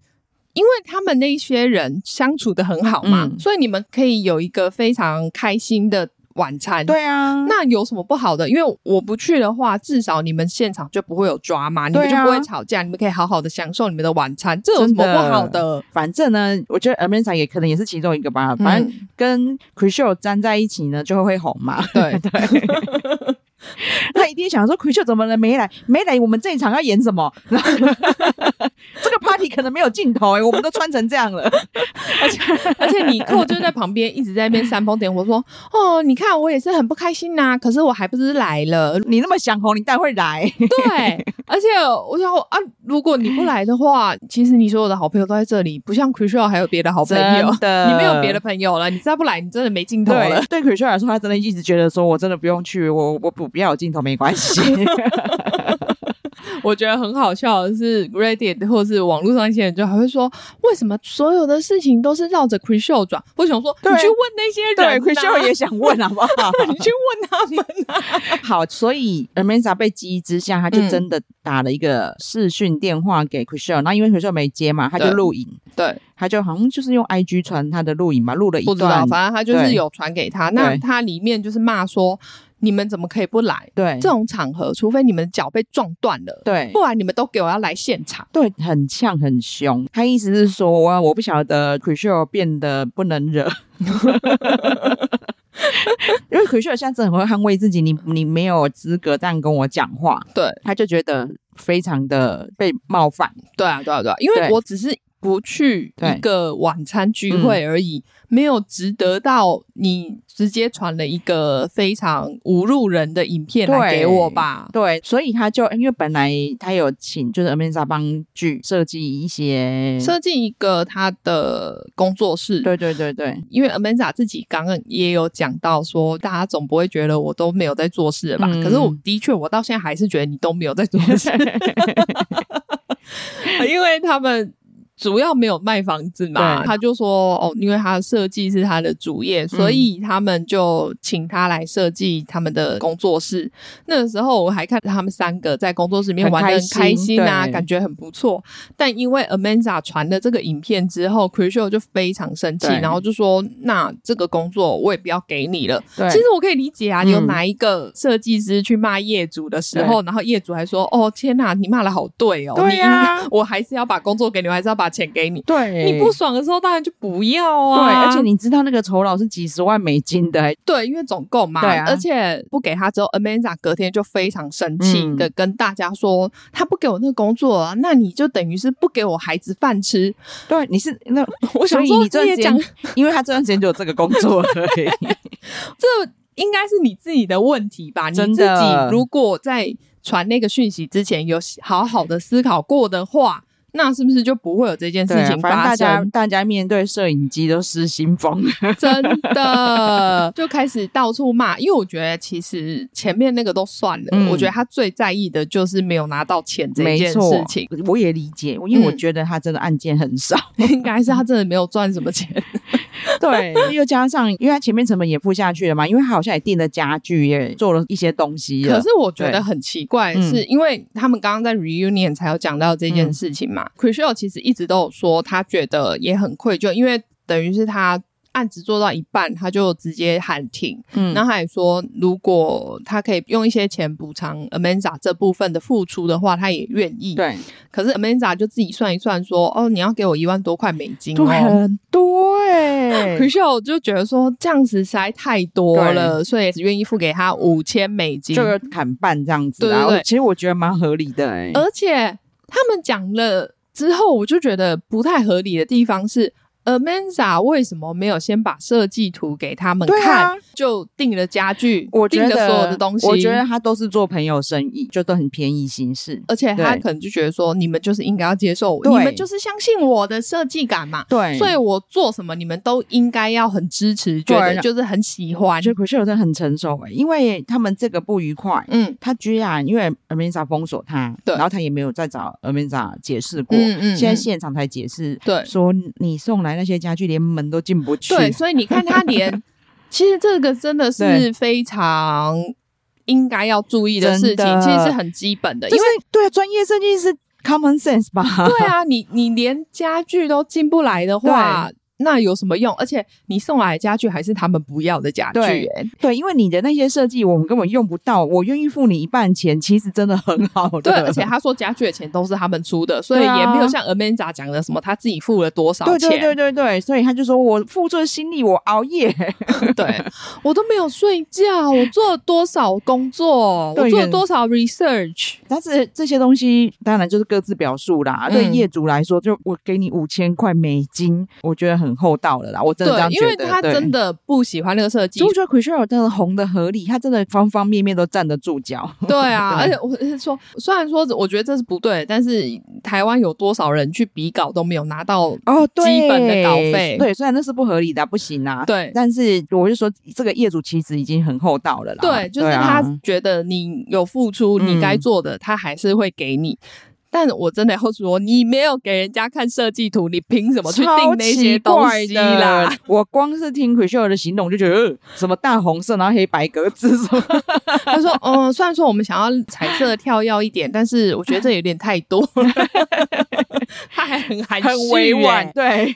[SPEAKER 2] 因为他们那些人相处的很好嘛，
[SPEAKER 1] 嗯
[SPEAKER 2] 所以你们可以有一个非常开心的晚餐。。
[SPEAKER 1] 对啊，
[SPEAKER 2] 那有什么不好的？因为我不去的话，至少你们现场就不会有抓嘛，你
[SPEAKER 1] 对啊
[SPEAKER 2] 们就不会吵架，你们可以好好的享受你们的晚餐，这有什么不好的？
[SPEAKER 1] 反正呢，我觉得 Amanda 也可能也是其中一个吧。反正
[SPEAKER 2] 嗯
[SPEAKER 1] 跟 c r i s h a l 粘在一起呢，就会会红嘛。
[SPEAKER 2] 对
[SPEAKER 1] 他一定想说 c r i s h a l 怎么了没来？没来，我们这一场要演什么？ 然后这个 party 可能没有尽头哎、我们都穿成这样了。
[SPEAKER 2] 而且你寇就在旁边一直在那边煽风点火，说：“哦，你看我也是很不开心呐、可是我还不是来了，
[SPEAKER 1] 你那么想红，你当然会来。
[SPEAKER 2] 对，而且我想说啊，如果你不来的话，其实你所有的好朋友都在这里，不像 c r i s h a l 还有别的好朋友，
[SPEAKER 1] 真的
[SPEAKER 2] 你没有别的朋友了，你再不来，你真的没 尽头了
[SPEAKER 1] 对。，对 c r i s h a l 来说，他真的一直觉得说我真的不用去，我我不要有镜头没关 系。
[SPEAKER 2] 我觉得很好笑的是，Reddit 或是网络上一些人就还会说，为什么所有的事情都是绕着 c r i s h a l 转？我想说，你
[SPEAKER 1] 对
[SPEAKER 2] 去问那些人、啊
[SPEAKER 1] 对 c r i s h a l 也。想问好不好？
[SPEAKER 2] 你去问他们、啊，
[SPEAKER 1] 好，所以 Amanda 被激之下，他就
[SPEAKER 2] 嗯
[SPEAKER 1] 真的打了一个视讯电话给 c r i s h a l 然后因为 c r i s h a l 没接嘛，他就
[SPEAKER 2] 对
[SPEAKER 1] 录影，
[SPEAKER 2] 对，
[SPEAKER 1] 他就好像就是用 IG 传他的录影嘛，录了一
[SPEAKER 2] 不知道
[SPEAKER 1] 段，，
[SPEAKER 2] 反正他就是
[SPEAKER 1] 对
[SPEAKER 2] 有传给他，那
[SPEAKER 1] 对
[SPEAKER 2] 他里面就是骂说，你们怎么可以不来？
[SPEAKER 1] 对，
[SPEAKER 2] 这种场合，除非你们脚被撞断了，
[SPEAKER 1] 对
[SPEAKER 2] 不然你们都给我要来现场。
[SPEAKER 1] 对很呛很凶。他意思是说，我我不晓得 c r i s h a l 变得不能惹。 因为 c r i s h a l 现在真的很会捍卫自己，你你没有资格这样跟我讲话，
[SPEAKER 2] 对，
[SPEAKER 1] 他就觉得非常的被冒犯。
[SPEAKER 2] 对啊，对啊，对啊，嗯因
[SPEAKER 1] 对
[SPEAKER 2] 为我只是不去一个晚餐聚会而已，没有值得到你直接传了一个非常侮辱人的影片来
[SPEAKER 1] 对
[SPEAKER 2] 给我吧。
[SPEAKER 1] 对，所以他就因为本来他有请就是 Amanda 帮剧设计一些，
[SPEAKER 2] 设计一个他的工作室，
[SPEAKER 1] 对对对对，
[SPEAKER 2] 因为 Amanda 自己刚刚也有讲到说，大家总不会觉得我都没有在做事了吧？
[SPEAKER 1] 嗯
[SPEAKER 2] 可是我的确，我到现在还是觉得你都没有在做 事，因为他们。主要没有卖房子嘛，
[SPEAKER 1] 对
[SPEAKER 2] 他就说哦，因为他的设计是他的主业，所以他们就请他来设计他们的工作室。那个时候我还看他们三个在工作室里面
[SPEAKER 1] 很
[SPEAKER 2] 玩的
[SPEAKER 1] 开
[SPEAKER 2] 很开
[SPEAKER 1] 心
[SPEAKER 2] 心啊，
[SPEAKER 1] 对
[SPEAKER 2] 感觉很不错。但因为 Amanda 传了这个影片之后 c r i s h a l 就非常生气，
[SPEAKER 1] 对
[SPEAKER 2] 然后就说：“那这个工作我也不要给你了。”
[SPEAKER 1] 对
[SPEAKER 2] 其实我可以理解啊，
[SPEAKER 1] 嗯
[SPEAKER 2] 有哪一个设计师去骂业主的时候，然后业主还说：“哦，天哪，你骂的好对哦，
[SPEAKER 1] 对啊
[SPEAKER 2] 你应该我还是要把工作给你，我还是要把钱给你。”
[SPEAKER 1] 对，
[SPEAKER 2] 你不爽的时候，当然就不要
[SPEAKER 1] 对，
[SPEAKER 2] 啊！
[SPEAKER 1] 而且你知道那个酬劳是几十万美金的、欸，
[SPEAKER 2] 对，因为总共嘛，
[SPEAKER 1] 对啊
[SPEAKER 2] 而且不给他之后，Amanda 隔天就非常生气
[SPEAKER 1] 嗯
[SPEAKER 2] 的跟大家说，他不给我那个工作、啊，那你就等于是不给我孩子饭吃。
[SPEAKER 1] 对，你是那
[SPEAKER 2] 我
[SPEAKER 1] 所
[SPEAKER 2] 想
[SPEAKER 1] 以
[SPEAKER 2] 说，
[SPEAKER 1] 你这
[SPEAKER 2] 也讲
[SPEAKER 1] 段时间，因为他这段时间就有这个工作而 已。
[SPEAKER 2] 这应该是你自己的问题吧？你
[SPEAKER 1] 真
[SPEAKER 2] 自
[SPEAKER 1] 的
[SPEAKER 2] 己如果在传那个讯息之前有好好的思考过的话，那是不是就不会有这件事
[SPEAKER 1] 对啊，
[SPEAKER 2] 情
[SPEAKER 1] 反正
[SPEAKER 2] 发
[SPEAKER 1] 大家
[SPEAKER 2] 生？
[SPEAKER 1] 大家面对摄影机都失心疯。
[SPEAKER 2] 真的就开始到处骂，因为我觉得其实前面那个都算了，
[SPEAKER 1] 嗯
[SPEAKER 2] 我觉得他最在意的就是没有拿到钱这
[SPEAKER 1] 没
[SPEAKER 2] 件
[SPEAKER 1] 错
[SPEAKER 2] 事情。，
[SPEAKER 1] 我也理解，因为我
[SPEAKER 2] 嗯
[SPEAKER 1] 觉得他真的案件很 少。
[SPEAKER 2] 应该是他真的没有赚什么钱，
[SPEAKER 1] 对， 又加上因为他前面成本也付下去了嘛，因为他好像也订了家具，也做了一些东西了。
[SPEAKER 2] 可是我觉得很奇怪，
[SPEAKER 1] 对嗯
[SPEAKER 2] 是因为他们刚刚在 reunion 才有讲到这件事情嘛。c r i s h a l 其实一直都有说，他觉得也很愧疚，因为等于是他。案子做到一半，他就直接喊停。
[SPEAKER 1] 嗯
[SPEAKER 2] 然后他也说，如果他可以用一些钱补偿 Amanda 这部分的付出的话，他也愿意。，
[SPEAKER 1] 对，
[SPEAKER 2] 可是 Amanda 就自己算一算说，哦，你要给我一万多块美金
[SPEAKER 1] 就
[SPEAKER 2] 哦。
[SPEAKER 1] 很 多哎、
[SPEAKER 2] 可是我就觉得说这样子实在太多了，所以只愿意付给他五千美金。
[SPEAKER 1] 就是砍半这样子啊。
[SPEAKER 2] 对对对呃
[SPEAKER 1] 其实我觉得蛮合理的哎、
[SPEAKER 2] 而且他们讲了之后，我就觉得不太合理的地方是。Amanda 为什么没有先把设计图给他们
[SPEAKER 1] 对
[SPEAKER 2] 看，
[SPEAKER 1] 啊
[SPEAKER 2] 就定了家具，
[SPEAKER 1] 我觉
[SPEAKER 2] 定
[SPEAKER 1] 得
[SPEAKER 2] 了所有的东西？
[SPEAKER 1] 我觉得他都是做朋友生意，就都很便宜行事。
[SPEAKER 2] 而且他
[SPEAKER 1] 对
[SPEAKER 2] 可能就觉得说，你们就是应该要接受我，
[SPEAKER 1] 对
[SPEAKER 2] 你们就是相信我的设计感嘛，
[SPEAKER 1] 对，
[SPEAKER 2] 所以我做什么你们都应该要很支持，觉得就是很喜欢
[SPEAKER 1] 我觉。得 c r i s 真的很成熟哎、因为他们这个不愉快。
[SPEAKER 2] 嗯
[SPEAKER 1] 他居然因为 Amanda 封锁他，
[SPEAKER 2] 对
[SPEAKER 1] 然后他也没有再找 Amanda 解释过，
[SPEAKER 2] 嗯嗯，
[SPEAKER 1] 现在
[SPEAKER 2] 嗯
[SPEAKER 1] 现场才解释，
[SPEAKER 2] 对
[SPEAKER 1] 说你送来那些家具连门都进不去，
[SPEAKER 2] 对，所以你看他 连，其实这个真的是
[SPEAKER 1] 对
[SPEAKER 2] 非常应该要注意的事
[SPEAKER 1] 真
[SPEAKER 2] 情，
[SPEAKER 1] 的
[SPEAKER 2] 其实是很基本的，因
[SPEAKER 1] 就
[SPEAKER 2] 为
[SPEAKER 1] 是对啊，专业设计师 common sense 吧，
[SPEAKER 2] 对啊，你你连家具都进不来的话。那有什么用？而且你送来的家具还是他们不要的家具、
[SPEAKER 1] 对
[SPEAKER 2] 欸，
[SPEAKER 1] 对，因为你的那些设计我们根本用不到，我愿意付你一半钱，其实真的很好的，
[SPEAKER 2] 对， 而且他说家具的钱都是他们出的，所以
[SPEAKER 1] 对啊
[SPEAKER 2] 也没有像 Amanda 讲的什么他自己付了多少
[SPEAKER 1] 对
[SPEAKER 2] 钱，
[SPEAKER 1] 对对对对，所以他就说我付出的心力，我熬夜，
[SPEAKER 2] 对我都没有睡觉，我做了多少工作，
[SPEAKER 1] 对
[SPEAKER 2] 我做了多少 research，
[SPEAKER 1] 但是这些东西当然就是各自表述啦。
[SPEAKER 2] 嗯
[SPEAKER 1] 对业主来说，就我给你五千块美金，我觉得很厚道了啦。我真的这
[SPEAKER 2] 对
[SPEAKER 1] 样，觉
[SPEAKER 2] 因为
[SPEAKER 1] 得，
[SPEAKER 2] 他真
[SPEAKER 1] 的。
[SPEAKER 2] 的不喜欢那个设计
[SPEAKER 1] 所以，我觉得 c r i s t a l 真的红的合理，他真的方方面面都站得住脚。
[SPEAKER 2] 对啊，而
[SPEAKER 1] 对
[SPEAKER 2] 且我是说，虽然说我觉得这是不对的，但是台湾有多少人去比稿都没有拿 到，
[SPEAKER 1] 哦，对
[SPEAKER 2] 基本的稿费
[SPEAKER 1] 对，虽然那是不合理的啊、不行啊。
[SPEAKER 2] 对
[SPEAKER 1] 但是我就说，这个业主其实已经很厚道了啦。
[SPEAKER 2] 对，就是
[SPEAKER 1] 啊
[SPEAKER 2] 他觉得你有付出，你该
[SPEAKER 1] 嗯
[SPEAKER 2] 做的，他还是会给你。但我真的要说，你没有给人家看设计图，你凭什么去定那些东
[SPEAKER 1] 超
[SPEAKER 2] 西啦
[SPEAKER 1] 奇怪的？我光是听 c r i s t a l 的形容就觉得，呃什么大红色，然后黑白格子什么
[SPEAKER 2] 他说：“嗯，虽然说我们想要彩色跳耀一点，但是我觉得这有点太多了。” 他还很含蓄、
[SPEAKER 1] 很欸委婉，， 对，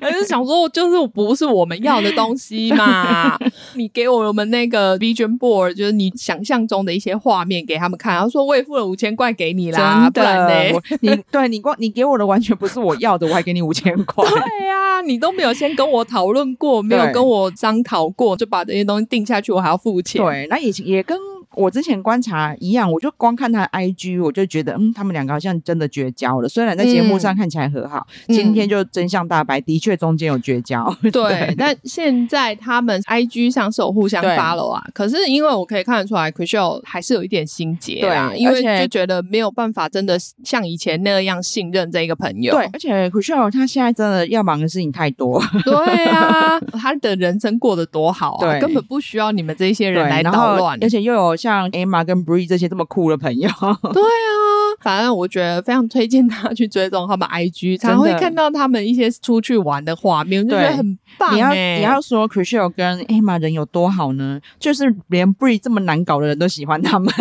[SPEAKER 2] 还是想说，就是我不是我们要的东西 嘛？你给我们那个 vision board，就是你想象中的一些画面给他们看。他说：“我也付了五千块给你啦，不
[SPEAKER 1] 真
[SPEAKER 2] 然
[SPEAKER 1] 的，
[SPEAKER 2] 呢
[SPEAKER 1] 我 你对你光你给我的完全不是我要的，我还给你五千块？”。
[SPEAKER 2] 对呀、你都没有先跟我讨论过，没有
[SPEAKER 1] 对
[SPEAKER 2] 跟我商讨过，就把这些东西定下去，我还要付 钱。
[SPEAKER 1] 对，那也也跟我之前观察一样，我就光看他的 IG，我就觉得，嗯，他们两个好像真的绝交了。虽然在节目上看起来和好，
[SPEAKER 2] 嗯
[SPEAKER 1] 今天就真相大白，的确中间有绝交。
[SPEAKER 2] 对，但现在他们 I G 上是有互相
[SPEAKER 1] 对
[SPEAKER 2] follow 啊，可是因为我可以看得出来 c r i s h e l 还是有一点心结啊，
[SPEAKER 1] 对
[SPEAKER 2] 因为
[SPEAKER 1] 而且
[SPEAKER 2] 就觉得没有办法真的像以前那样信任这个朋友。
[SPEAKER 1] 对，而且 c r i s h e l 他现在真的要忙的事情太 多，
[SPEAKER 2] 对啊，他的人生过得多好啊，
[SPEAKER 1] 对
[SPEAKER 2] 根本不需要你们这些
[SPEAKER 1] 对
[SPEAKER 2] 人来
[SPEAKER 1] 然
[SPEAKER 2] 捣
[SPEAKER 1] 后
[SPEAKER 2] 乱。
[SPEAKER 1] 而且又有像 Emma 跟 Bree 这些这么酷的朋友，
[SPEAKER 2] 对啊，反正我觉得非常推荐他去追踪他们 IG，才会
[SPEAKER 1] 真的
[SPEAKER 2] 看到他们一些出去玩的画面，我就觉得
[SPEAKER 1] 对
[SPEAKER 2] 很棒
[SPEAKER 1] 你要
[SPEAKER 2] 欸
[SPEAKER 1] 你要说 c r i s h e l 跟 Emma 人有多好呢？就是连 Bree 这么难搞的人都喜欢他们。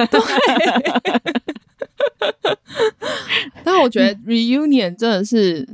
[SPEAKER 2] 但我觉得 reunion 真的是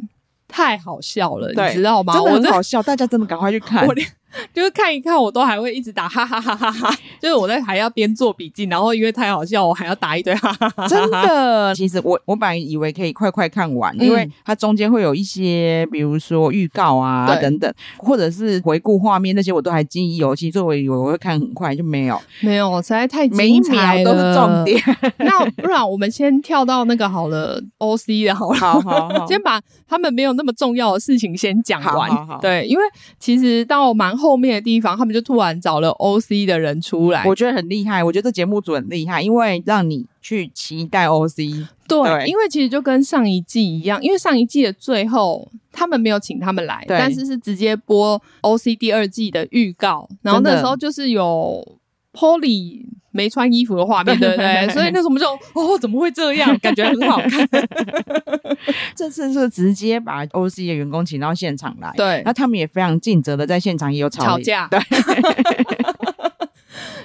[SPEAKER 2] 太好笑了，
[SPEAKER 1] 对
[SPEAKER 2] 你知道吗？
[SPEAKER 1] 真的
[SPEAKER 2] 我
[SPEAKER 1] 很
[SPEAKER 2] 真
[SPEAKER 1] 好笑，大家真的赶快去看
[SPEAKER 2] 我。连就是看一看，我都还会一直打哈哈哈哈哈哈，就是我在还要边做笔记，然后因为太好笑，我还要打一堆哈哈哈哈。
[SPEAKER 1] 真的， 其实我我本来以为可以快快看完，
[SPEAKER 2] 嗯
[SPEAKER 1] 因为它中间会有一些，比如说预告啊
[SPEAKER 2] 对
[SPEAKER 1] 等等，或者是回顾画面那些，我都还记忆犹新，所以我以为我会看很快，就没有，
[SPEAKER 2] 没有，实在太
[SPEAKER 1] 每一
[SPEAKER 2] 精彩
[SPEAKER 1] 秒都是重点。。
[SPEAKER 2] 那不然我们先跳到那个好了，OC 的好了。
[SPEAKER 1] 好好好，
[SPEAKER 2] 先把他们没有那么重要的事情先讲完，
[SPEAKER 1] 好好好
[SPEAKER 2] 对，因为其实到蛮后面的地方，他们就突然找了 OC 的人出来，
[SPEAKER 1] 我觉得很厉害，我觉得这节目组很厉害，因为让你去期待 OC。
[SPEAKER 2] 对，
[SPEAKER 1] 对
[SPEAKER 2] 因为其实就跟上一季一样，因为上一季的最后他们没有请他们来，
[SPEAKER 1] 对
[SPEAKER 2] 但是是直接播 OC 第二季的预告，然后
[SPEAKER 1] 真的
[SPEAKER 2] 那时候就是有 Polly 没穿衣服的 画面，对不对？所以那时候我们就哦，怎么会这样？感觉很好 看，
[SPEAKER 1] 这次是直接把 OC 的员工请到现场来，
[SPEAKER 2] 对
[SPEAKER 1] 那他们也非常尽责的在现场也有吵
[SPEAKER 2] 吵架
[SPEAKER 1] 对，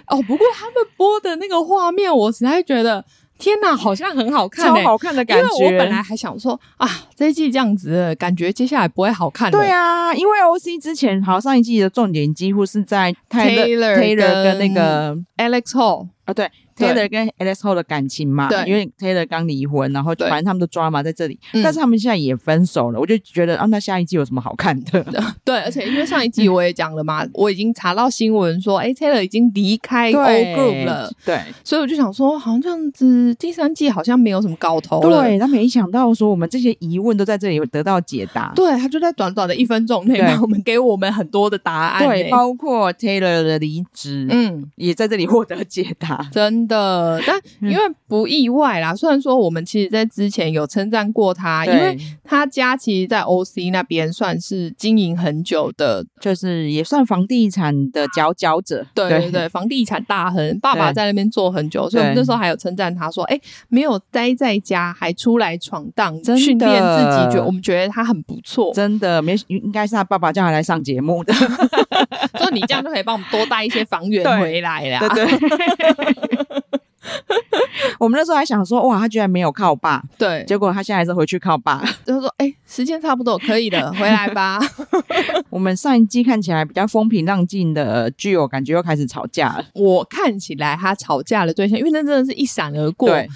[SPEAKER 2] 哦。不过他们播的那个画面，我实在觉得。天哪，好像很好看、
[SPEAKER 1] 超
[SPEAKER 2] 欸，
[SPEAKER 1] 好看的
[SPEAKER 2] 因
[SPEAKER 1] 感
[SPEAKER 2] 为
[SPEAKER 1] 觉。
[SPEAKER 2] 我本来还想说啊，这一季这样子了，感觉接下来不会好看了。
[SPEAKER 1] 对啊，因为 OC 之前好像上一季的重点几乎是在
[SPEAKER 2] Taylor
[SPEAKER 1] Taylor 跟
[SPEAKER 2] 跟
[SPEAKER 1] 那个
[SPEAKER 2] ，Alex Hall，
[SPEAKER 1] 啊，对
[SPEAKER 2] 对
[SPEAKER 1] ，Taylor 跟 Alex Hall 的感情嘛，
[SPEAKER 2] 对
[SPEAKER 1] 因为 Taylor 刚离婚，然后
[SPEAKER 2] 对
[SPEAKER 1] 反正他们的抓嘛在这里，
[SPEAKER 2] 嗯
[SPEAKER 1] 但是他们现在也分手了，我就觉得啊，那下一季有什么好看 的？
[SPEAKER 2] 对，而且因为上一
[SPEAKER 1] 嗯
[SPEAKER 2] 季我也讲了嘛，我已经查到新闻说，哎，Taylor 已经离开 O Group 了，，
[SPEAKER 1] 对
[SPEAKER 2] 所以我就想说，好像这样子第三季好像没有什么搞头了。
[SPEAKER 1] 对，他没想到说我们这些疑问都在这里有得到解答。
[SPEAKER 2] 对，他就在短短的一分钟内，
[SPEAKER 1] 对
[SPEAKER 2] 让我们给我们很多的答案、
[SPEAKER 1] 对，
[SPEAKER 2] 哎
[SPEAKER 1] 包括 Taylor 的离职，
[SPEAKER 2] 嗯，
[SPEAKER 1] 也在这里获得解答。
[SPEAKER 2] 真的，但因为不意外啦。虽然说我们其实在之前有称赞过他，啊因
[SPEAKER 1] 对
[SPEAKER 2] 为他家其实，在 OC 那边算是经营很久的，
[SPEAKER 1] 就是也算房地产的佼佼者，
[SPEAKER 2] 对对对，房地产大亨，爸爸
[SPEAKER 1] 对
[SPEAKER 2] 在那边做很久，所以我们
[SPEAKER 1] 对
[SPEAKER 2] 那时候还有称赞他说，哎、没有待在家，还出来闯荡，
[SPEAKER 1] 真的
[SPEAKER 2] 训练自己，觉我们觉得他很不错。
[SPEAKER 1] 真的没，应该是他爸爸叫他来上节目的，
[SPEAKER 2] 所以你这样就可以帮我们多带一些房 源
[SPEAKER 1] 对
[SPEAKER 2] 回来啦。
[SPEAKER 1] 对 我们那时候还想说，哇，他居然没有靠爸，
[SPEAKER 2] 对，
[SPEAKER 1] 结果他现在还是回去靠爸。
[SPEAKER 2] 就说，哎、时间差不多，可以了，回来吧。
[SPEAKER 1] 我们上一季看起来比较风平浪静的剧，我感觉又开始吵架了。
[SPEAKER 2] 我看起来他吵架的对象，因为那真的是一闪而过，
[SPEAKER 1] 对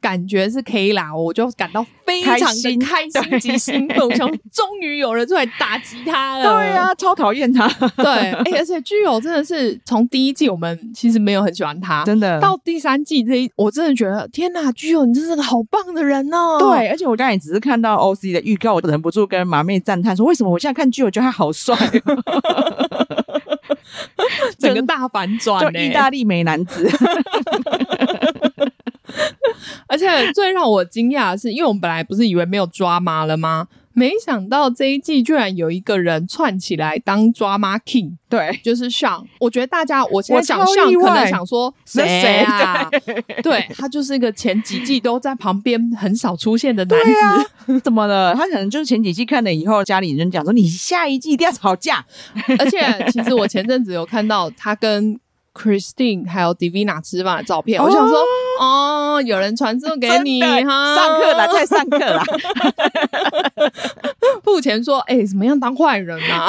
[SPEAKER 2] 感觉是 K 啦，我就感到非常
[SPEAKER 1] 开心
[SPEAKER 2] 的开心及兴奋，我想终于有人出来打击他了。
[SPEAKER 1] 对啊呀、、超讨厌他，
[SPEAKER 2] 嗯对，哎、而且具有真的是从第一季我们其实没有很喜欢 他，
[SPEAKER 1] 真的。
[SPEAKER 2] 到第三季这一，我真的觉得天哪，具有你真是个好棒的人哦。
[SPEAKER 1] 对，而且我刚才也只是看到 OC 的预告，我忍不住跟马妹赞叹说：“为什么我现在看剧，我觉得他好帅哦、
[SPEAKER 2] 整个大反转、
[SPEAKER 1] 就
[SPEAKER 2] 欸，
[SPEAKER 1] 意大利美男子。
[SPEAKER 2] 而且最让我惊讶的是，因为我们本来不是以为没有抓妈了吗？没想到这一季居然有一个人串起来当抓妈 king，
[SPEAKER 1] 对，
[SPEAKER 2] 就是上。我觉得大家我现在想
[SPEAKER 1] 我超
[SPEAKER 2] 象
[SPEAKER 1] 意外
[SPEAKER 2] 可能想说
[SPEAKER 1] 那
[SPEAKER 2] 谁啊？ 对他就是一个前几季都在旁边很少出现的男
[SPEAKER 1] 对啊
[SPEAKER 2] 子，，
[SPEAKER 1] 怎么了？他可能就是前几季看了以后，家里人讲说：“你下一季一定要吵架。
[SPEAKER 2] 而且其实我前阵子有看到他跟。Christine 还有 Divina 吃饭的照片，我想说，哦，有人传送给你
[SPEAKER 1] 真的
[SPEAKER 2] 哈，
[SPEAKER 1] 上课啦，在上课 啦。
[SPEAKER 2] 付钱说，哎、怎么样当坏人 啊？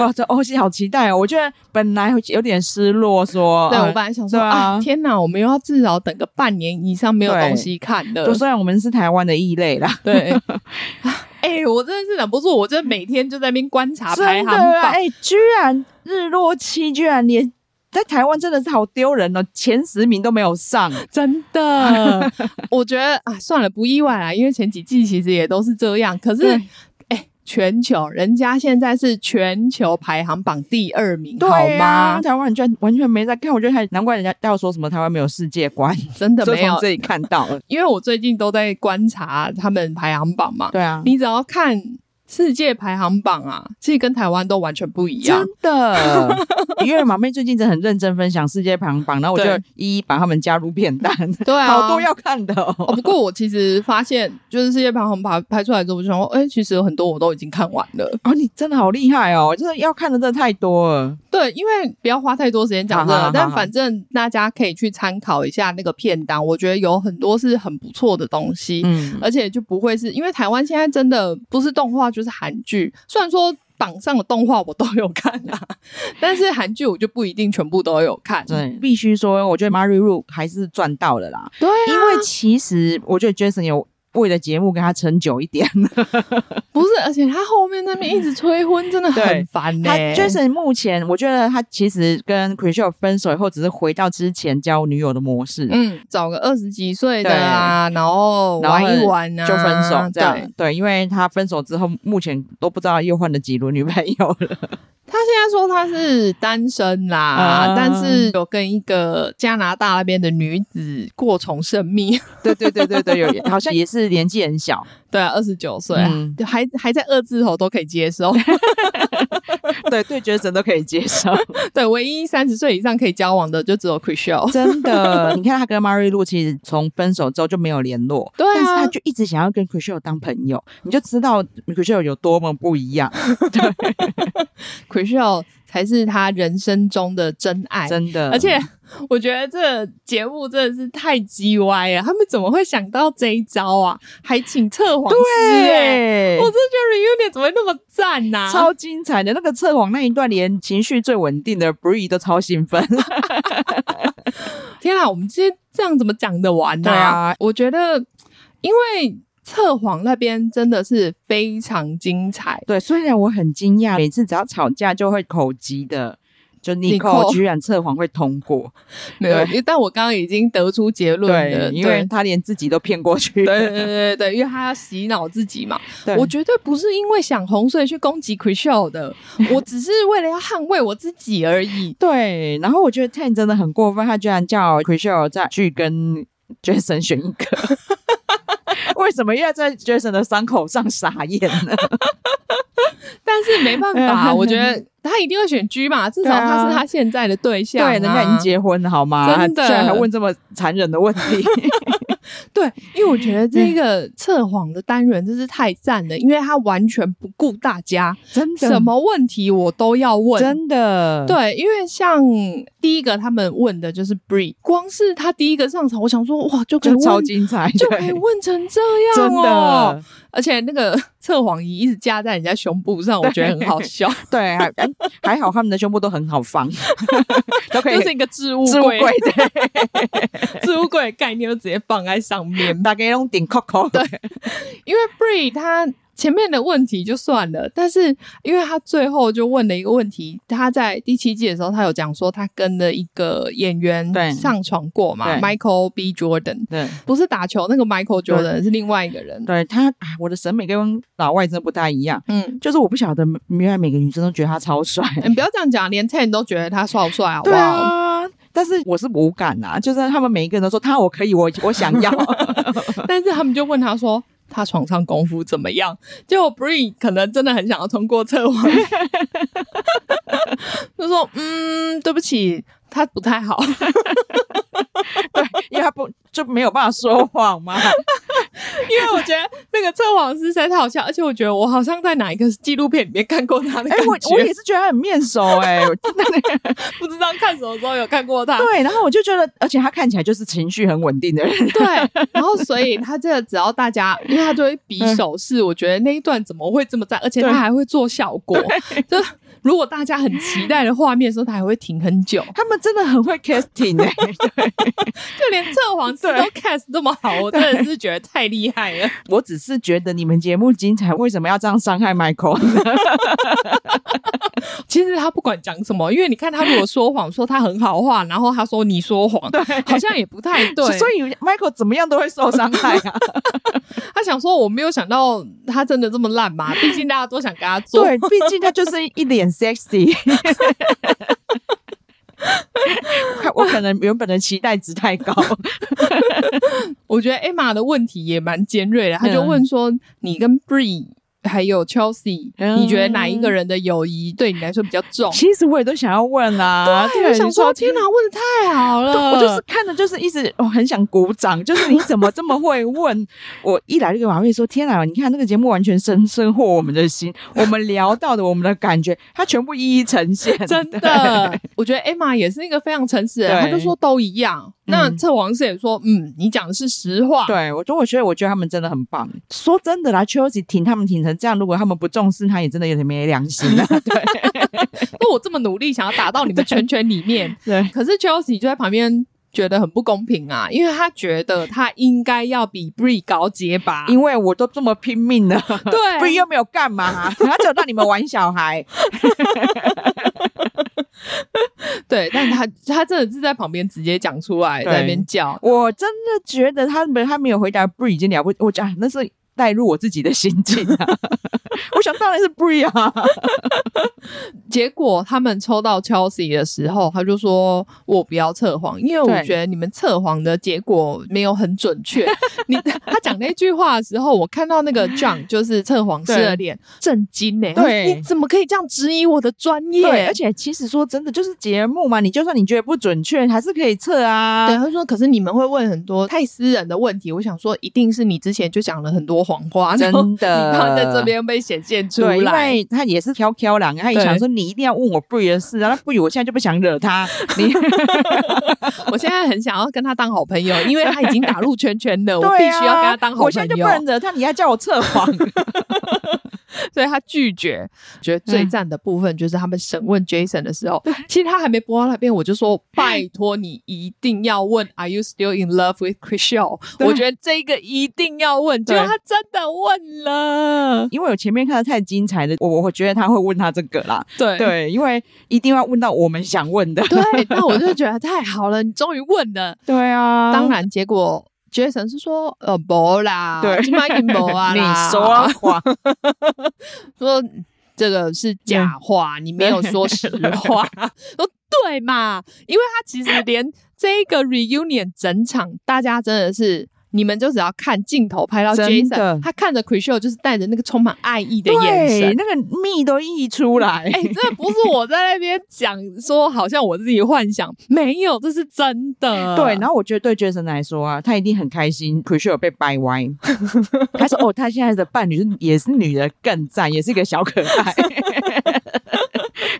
[SPEAKER 1] 哇，这欧西好期待哦！我觉得本来有点失落说，
[SPEAKER 2] 对，
[SPEAKER 1] 呃
[SPEAKER 2] 我本来想说
[SPEAKER 1] 对啊
[SPEAKER 2] 啊，天哪，我们又要至少等个半年以上没有东西看了
[SPEAKER 1] 就。虽然我们是台湾的异类啦，
[SPEAKER 2] 对， 哎、我真的是忍不住，我真的每天就在那边观察排
[SPEAKER 1] 真的
[SPEAKER 2] 行
[SPEAKER 1] 啊
[SPEAKER 2] 榜。
[SPEAKER 1] 哎、居然日落期居然连在台湾真的是好丢人哦，前十名都没有上。
[SPEAKER 2] 真的， 我觉得啊，算了，不意外啦，因为前几季其实也都是这样。可是，
[SPEAKER 1] 对
[SPEAKER 2] 哎、全球人家现在是全球排行榜第二名，
[SPEAKER 1] 对
[SPEAKER 2] 好
[SPEAKER 1] 啊
[SPEAKER 2] 吗？
[SPEAKER 1] 台湾人居然完全没在看，我觉得还难怪人家要说什么台湾没有世界观，
[SPEAKER 2] 真的
[SPEAKER 1] 就
[SPEAKER 2] 没有
[SPEAKER 1] 从，这里看到了。
[SPEAKER 2] 因为我最近都在观察他们排行榜嘛。
[SPEAKER 1] 对啊，
[SPEAKER 2] 你只要看世界排行榜啊，其实跟台湾都完全不一样
[SPEAKER 1] 真。的， 因为马妹最近真的很认真分享世界排行榜，然后我就
[SPEAKER 2] 对
[SPEAKER 1] 一一把他们加入片单，
[SPEAKER 2] 对啊，
[SPEAKER 1] 好多要看的哦。
[SPEAKER 2] 哦。不过我其实发现，就是世界排行榜排出来之后，我就想说，哎、其实有很多我都已经看完了。
[SPEAKER 1] 哦，你真的好厉害哦！真的要看的真的太多了。
[SPEAKER 2] 对，因为不要花太多时间讲这
[SPEAKER 1] 好好
[SPEAKER 2] 个
[SPEAKER 1] 好，
[SPEAKER 2] 但反正大家可以去参考一下那个片单，我觉得有很多是很不错的东西，
[SPEAKER 1] 嗯，
[SPEAKER 2] 而且就不会是因为台湾现在真的不是动画就是韩剧，虽然说。榜上的动画我都有看啊，但是韩剧我就不一定全部都有看。
[SPEAKER 1] 对，必须说，我觉得 Mary Ru 还是赚到了啦。
[SPEAKER 2] 对啊，
[SPEAKER 1] 因为其实我觉得 Jason 有为了节目跟他撑久一点，
[SPEAKER 2] 不是，而且他后面那边一直催婚，真的
[SPEAKER 1] 对
[SPEAKER 2] 很烦欸呢、
[SPEAKER 1] 他 Jason 目前我觉得他其实跟 c h r i s t a l 分手以后，只是回到之前交女友的模式，
[SPEAKER 2] 嗯，找个二十几岁的啊，然后玩一玩啊，
[SPEAKER 1] 就分手这样
[SPEAKER 2] 对。
[SPEAKER 1] 对，因为他分手之后，目前都不知道又换了几轮女朋友了。
[SPEAKER 2] 他现在说他是单身啦，
[SPEAKER 1] 啊
[SPEAKER 2] 但是有跟一个加拿大那边的女子过从甚密。
[SPEAKER 1] 对对对对对，有好像也是年纪很小，
[SPEAKER 2] 对啊，二十九岁，
[SPEAKER 1] 嗯
[SPEAKER 2] 还还在二字头都可以接受。
[SPEAKER 1] 对对决者都可以接受，
[SPEAKER 2] 对，唯一三十岁以上可以交往的就只有 c h r i s t e l
[SPEAKER 1] 真 的。你看他跟 Mary Lu 其实从分手之后就没有联络，
[SPEAKER 2] 对啊
[SPEAKER 1] 但是他就一直想要跟 c h r i s t e l 当朋友，你就知道 c h r i s t e l 有多么不一样，
[SPEAKER 2] c h r i s t e l 才是他人生中的真爱。
[SPEAKER 1] 真的。
[SPEAKER 2] 而且 我觉得这节目真的是太叽歪了，他们怎么会想到这一招啊？还请测谎师、欸，
[SPEAKER 1] 对
[SPEAKER 2] 我真的觉得 reunion 怎么会那么赞呐、
[SPEAKER 1] 超精彩的那个测谎那一段，连情绪最稳定的 Bree 都超兴奋。
[SPEAKER 2] 天啊，我们这些这样怎么讲得完呢、
[SPEAKER 1] 对啊，
[SPEAKER 2] 我觉得因为测谎那边真的是非常精彩。
[SPEAKER 1] 对，虽然我很惊讶，每次只要吵架就会口急的，就 n i c o
[SPEAKER 2] Nicole
[SPEAKER 1] 居然测谎会通过，
[SPEAKER 2] 没有，但我刚刚已经得出结论了，
[SPEAKER 1] 因为他连自己都骗过去。
[SPEAKER 2] 对对对对对，因为他要洗脑自己嘛。
[SPEAKER 1] 对
[SPEAKER 2] 我绝对不是因为想红所以去攻击 c h r i s h e l 的，我只是为了要捍卫我自己而已。
[SPEAKER 1] 对，然后我觉得 Ten 真的很过分，他居然叫 c h r i s t e l 再去跟 Jason 选一个。 为什么要在 Jason 的伤口上撒盐 呢？
[SPEAKER 2] 但是没办法，我 觉得他一定会选 G 嘛，至少
[SPEAKER 1] 哎对啊
[SPEAKER 2] 他是他现在的对
[SPEAKER 1] 对，
[SPEAKER 2] 象、啊
[SPEAKER 1] 人家已经。结婚了好吗？
[SPEAKER 2] 真的
[SPEAKER 1] 居然还问这么残忍的问 题。
[SPEAKER 2] 对，因为我觉得这个
[SPEAKER 1] 嗯
[SPEAKER 2] 测谎的单元真是太赞了，因为他完全不顾大家，
[SPEAKER 1] 真的
[SPEAKER 2] 什么问题我都要问。
[SPEAKER 1] 真的，
[SPEAKER 2] 对，因为像第一个他们问的就是 Bree，光是他第一个上场，我想说哇，就可以
[SPEAKER 1] 就超
[SPEAKER 2] 问
[SPEAKER 1] 精彩，
[SPEAKER 2] 就
[SPEAKER 1] 对
[SPEAKER 2] 可以问成这样、
[SPEAKER 1] 真
[SPEAKER 2] 哦，
[SPEAKER 1] 的，
[SPEAKER 2] 而且那个 测谎仪一直架在人家胸部上，我觉得很好 笑，
[SPEAKER 1] 对，还哎还好他们的胸部都很好放， 都可以
[SPEAKER 2] 就是一个置物
[SPEAKER 1] 置物
[SPEAKER 2] 柜，
[SPEAKER 1] 柜对，
[SPEAKER 2] 置物柜的概念就直接放在上面。
[SPEAKER 1] 大家用顶扣扣，对
[SPEAKER 2] 因为 Bree 他前面的问题就算了，但是因为他最后就问了一个问题，他在第七季的时候，他有讲说他跟了一个演员
[SPEAKER 1] 对
[SPEAKER 2] 上床过嘛
[SPEAKER 1] 对
[SPEAKER 2] ，Michael B Jordan。
[SPEAKER 1] 对
[SPEAKER 2] 不是打球那个 Michael Jordan 是另外一个人，
[SPEAKER 1] 对，他哎我的审美跟老外真的不太一样，
[SPEAKER 2] 嗯，
[SPEAKER 1] 就是我不晓得原来每个女生都觉得他超帅，
[SPEAKER 2] 你不要这样讲，连 Ten 都觉得他帅不帅，好不
[SPEAKER 1] 对
[SPEAKER 2] 好？
[SPEAKER 1] 啊。但是我是无感啊，就是他们每一个人都说他我可以，我我想要，
[SPEAKER 2] 但是他们就问他说。他床上功夫怎么样？结果 Bree 可能真的很想要通过测谎， 就说：“嗯，对不起，他不太好。
[SPEAKER 1] 因为他不就没有办法说谎嘛。哎
[SPEAKER 2] 因为我觉得那个测谎师实在太好笑，而且我觉得我好像在哪一个纪录片里面看过他的
[SPEAKER 1] 哎、
[SPEAKER 2] 感觉，
[SPEAKER 1] 我我也是觉得他很面熟哎、
[SPEAKER 2] 不知道看什么时候有看过他。
[SPEAKER 1] 对，然后我就觉得，而且他看起来就是情绪很稳定的人，
[SPEAKER 2] 对，然后所以他这个只要大家，因为他就会比手势，我觉得那一段怎么会这么赞？而且他
[SPEAKER 1] 对
[SPEAKER 2] 还会做效果， 就如果大家很期待的画面的时候，他还会停很久。
[SPEAKER 1] 他们真的很会 casting 哎、
[SPEAKER 2] 就连测谎师都 cast 这么好，我真的是觉得太厉害了。
[SPEAKER 1] 我只是觉得你们节目精彩，为什么要这样伤害 Michael？
[SPEAKER 2] 其实他不管讲什么，因为你看他如果说谎，说他很好话，然后他说你说谎，好像也不太 对。
[SPEAKER 1] 所以 Michael 怎么样都会受伤害 啊。
[SPEAKER 2] 他想说，我没有想到他真的这么烂 嘛，毕竟大家都想跟他做。
[SPEAKER 1] 对，毕竟他就是一脸 sexy。我可能原本的期待值太 高，
[SPEAKER 2] 我觉得 Emma 的问题也蛮尖锐的，他就问说，你跟 Bree 还有 Chelsea，、
[SPEAKER 1] 嗯
[SPEAKER 2] 你觉得哪一个人的友谊对你来说比较重？
[SPEAKER 1] 其实我也都想要问啊，
[SPEAKER 2] 对，我想说，天哪，
[SPEAKER 1] 哪！
[SPEAKER 2] 问的太好了，
[SPEAKER 1] 我就是看着，就是一直我很想鼓掌，就是你怎么这么会问？ 我一来就跟马慧说：“天哪，你看那个节目完全深深获我们的心，我们聊到的，我们的感觉，它全部一一呈现。”
[SPEAKER 2] 真的，我觉得 Emma 也是一个非常诚实的人，
[SPEAKER 1] 对
[SPEAKER 2] 她就说都一样。那
[SPEAKER 1] 嗯
[SPEAKER 2] 测谎师也说，嗯，你讲的是实话。
[SPEAKER 1] 对，我就我觉得，我觉得他们真的很棒。说真的啦，Chelsea 挺他们挺成这样，如果他们不重视他，也真的有点没良心 了、对
[SPEAKER 2] 那我这么努力想要打到你们圈圈里面，
[SPEAKER 1] 对
[SPEAKER 2] 可是 Chelsea 就在旁边觉得很不公平啊，因为他觉得他应该要比 Bree 高阶吧。
[SPEAKER 1] 因为我都这么拼命了，
[SPEAKER 2] 对
[SPEAKER 1] 不然又没有干嘛，啊他只有让你们玩小孩。
[SPEAKER 2] 对，但他他真的是在旁边直接讲出来，
[SPEAKER 1] 对
[SPEAKER 2] 在那边叫。
[SPEAKER 1] 我真的觉得他没他没有回答 Bree 已经了不，我讲那是带入我自己的心境啊。 我想当然是 Bree 啊，
[SPEAKER 2] 哦结果他们抽到 Chelsea 的时候，他就说：“我不要测谎，因为我
[SPEAKER 1] 对
[SPEAKER 2] 觉得你们测谎的结果没有很准 确。你”他讲那句话的时候，我看到那个 John 就是测谎师的脸震惊呢、
[SPEAKER 1] 对
[SPEAKER 2] 你怎么可以这样质疑我的专业？
[SPEAKER 1] 对，而且其实说真的，就是节目嘛，你就算你觉得不准确，还是可以测啊。
[SPEAKER 2] 对，他说：“可是你们会问很多太私人的问题。”我想说，一定是你之前就讲了很多谎话，
[SPEAKER 1] 真
[SPEAKER 2] 然后
[SPEAKER 1] 的
[SPEAKER 2] 啊你怕在这边被显现出
[SPEAKER 1] 对，因
[SPEAKER 2] 来。
[SPEAKER 1] 为他也是飘飘然，他也想说你一定要问我 Bree 的事啊，那 Bree 我现在就不想惹他，你
[SPEAKER 2] 我现在很想要跟他当好朋友，因为他已经打入圈圈 了，我 必
[SPEAKER 1] 对啊
[SPEAKER 2] 须要跟他当好朋友。
[SPEAKER 1] 我现在就不能惹他，你还叫我测 谎，
[SPEAKER 2] 所以他拒绝。嗯觉得最赞的部分就是他们审问 Jason 的时候，其实他还没播到那边，我就说：“拜 托你一定要问 Are you still in love with Chriselle？”
[SPEAKER 1] 对
[SPEAKER 2] 我觉得这个一定要问，结
[SPEAKER 1] 对
[SPEAKER 2] 果他真的问了。
[SPEAKER 1] 因为我前面看的太精彩了，我我觉得他会问他这个啦，
[SPEAKER 2] 对
[SPEAKER 1] 对，因为一定要问到我们想问的，
[SPEAKER 2] 对，那我就觉得太好了，你终于问了。
[SPEAKER 1] 对啊
[SPEAKER 2] 当。然，结果 Jason 是说：“呃，没啦，
[SPEAKER 1] 对
[SPEAKER 2] 起码也没啊
[SPEAKER 1] 你
[SPEAKER 2] 啦，
[SPEAKER 1] 说谎，
[SPEAKER 2] 说这个是假话，你没有说实话。 说对嘛？因为他其实连这个 reunion 整场，大家真的是。你们就只要看镜头拍到
[SPEAKER 1] 真的
[SPEAKER 2] Jason，他看着 c h r i s h e l 就是带着那个充满爱意的眼
[SPEAKER 1] 对，
[SPEAKER 2] 神。
[SPEAKER 1] 那个蜜都溢出来，
[SPEAKER 2] 哎、这不是我在那边讲说，好像我自己幻想，没有，这是真的。
[SPEAKER 1] 对，然后我觉得对 Jason 来说啊，他一定很开心 c r i s h e l 被掰歪。他说：“哦，他现在的伴侣是也是女的，更赞，也是一个小可爱。”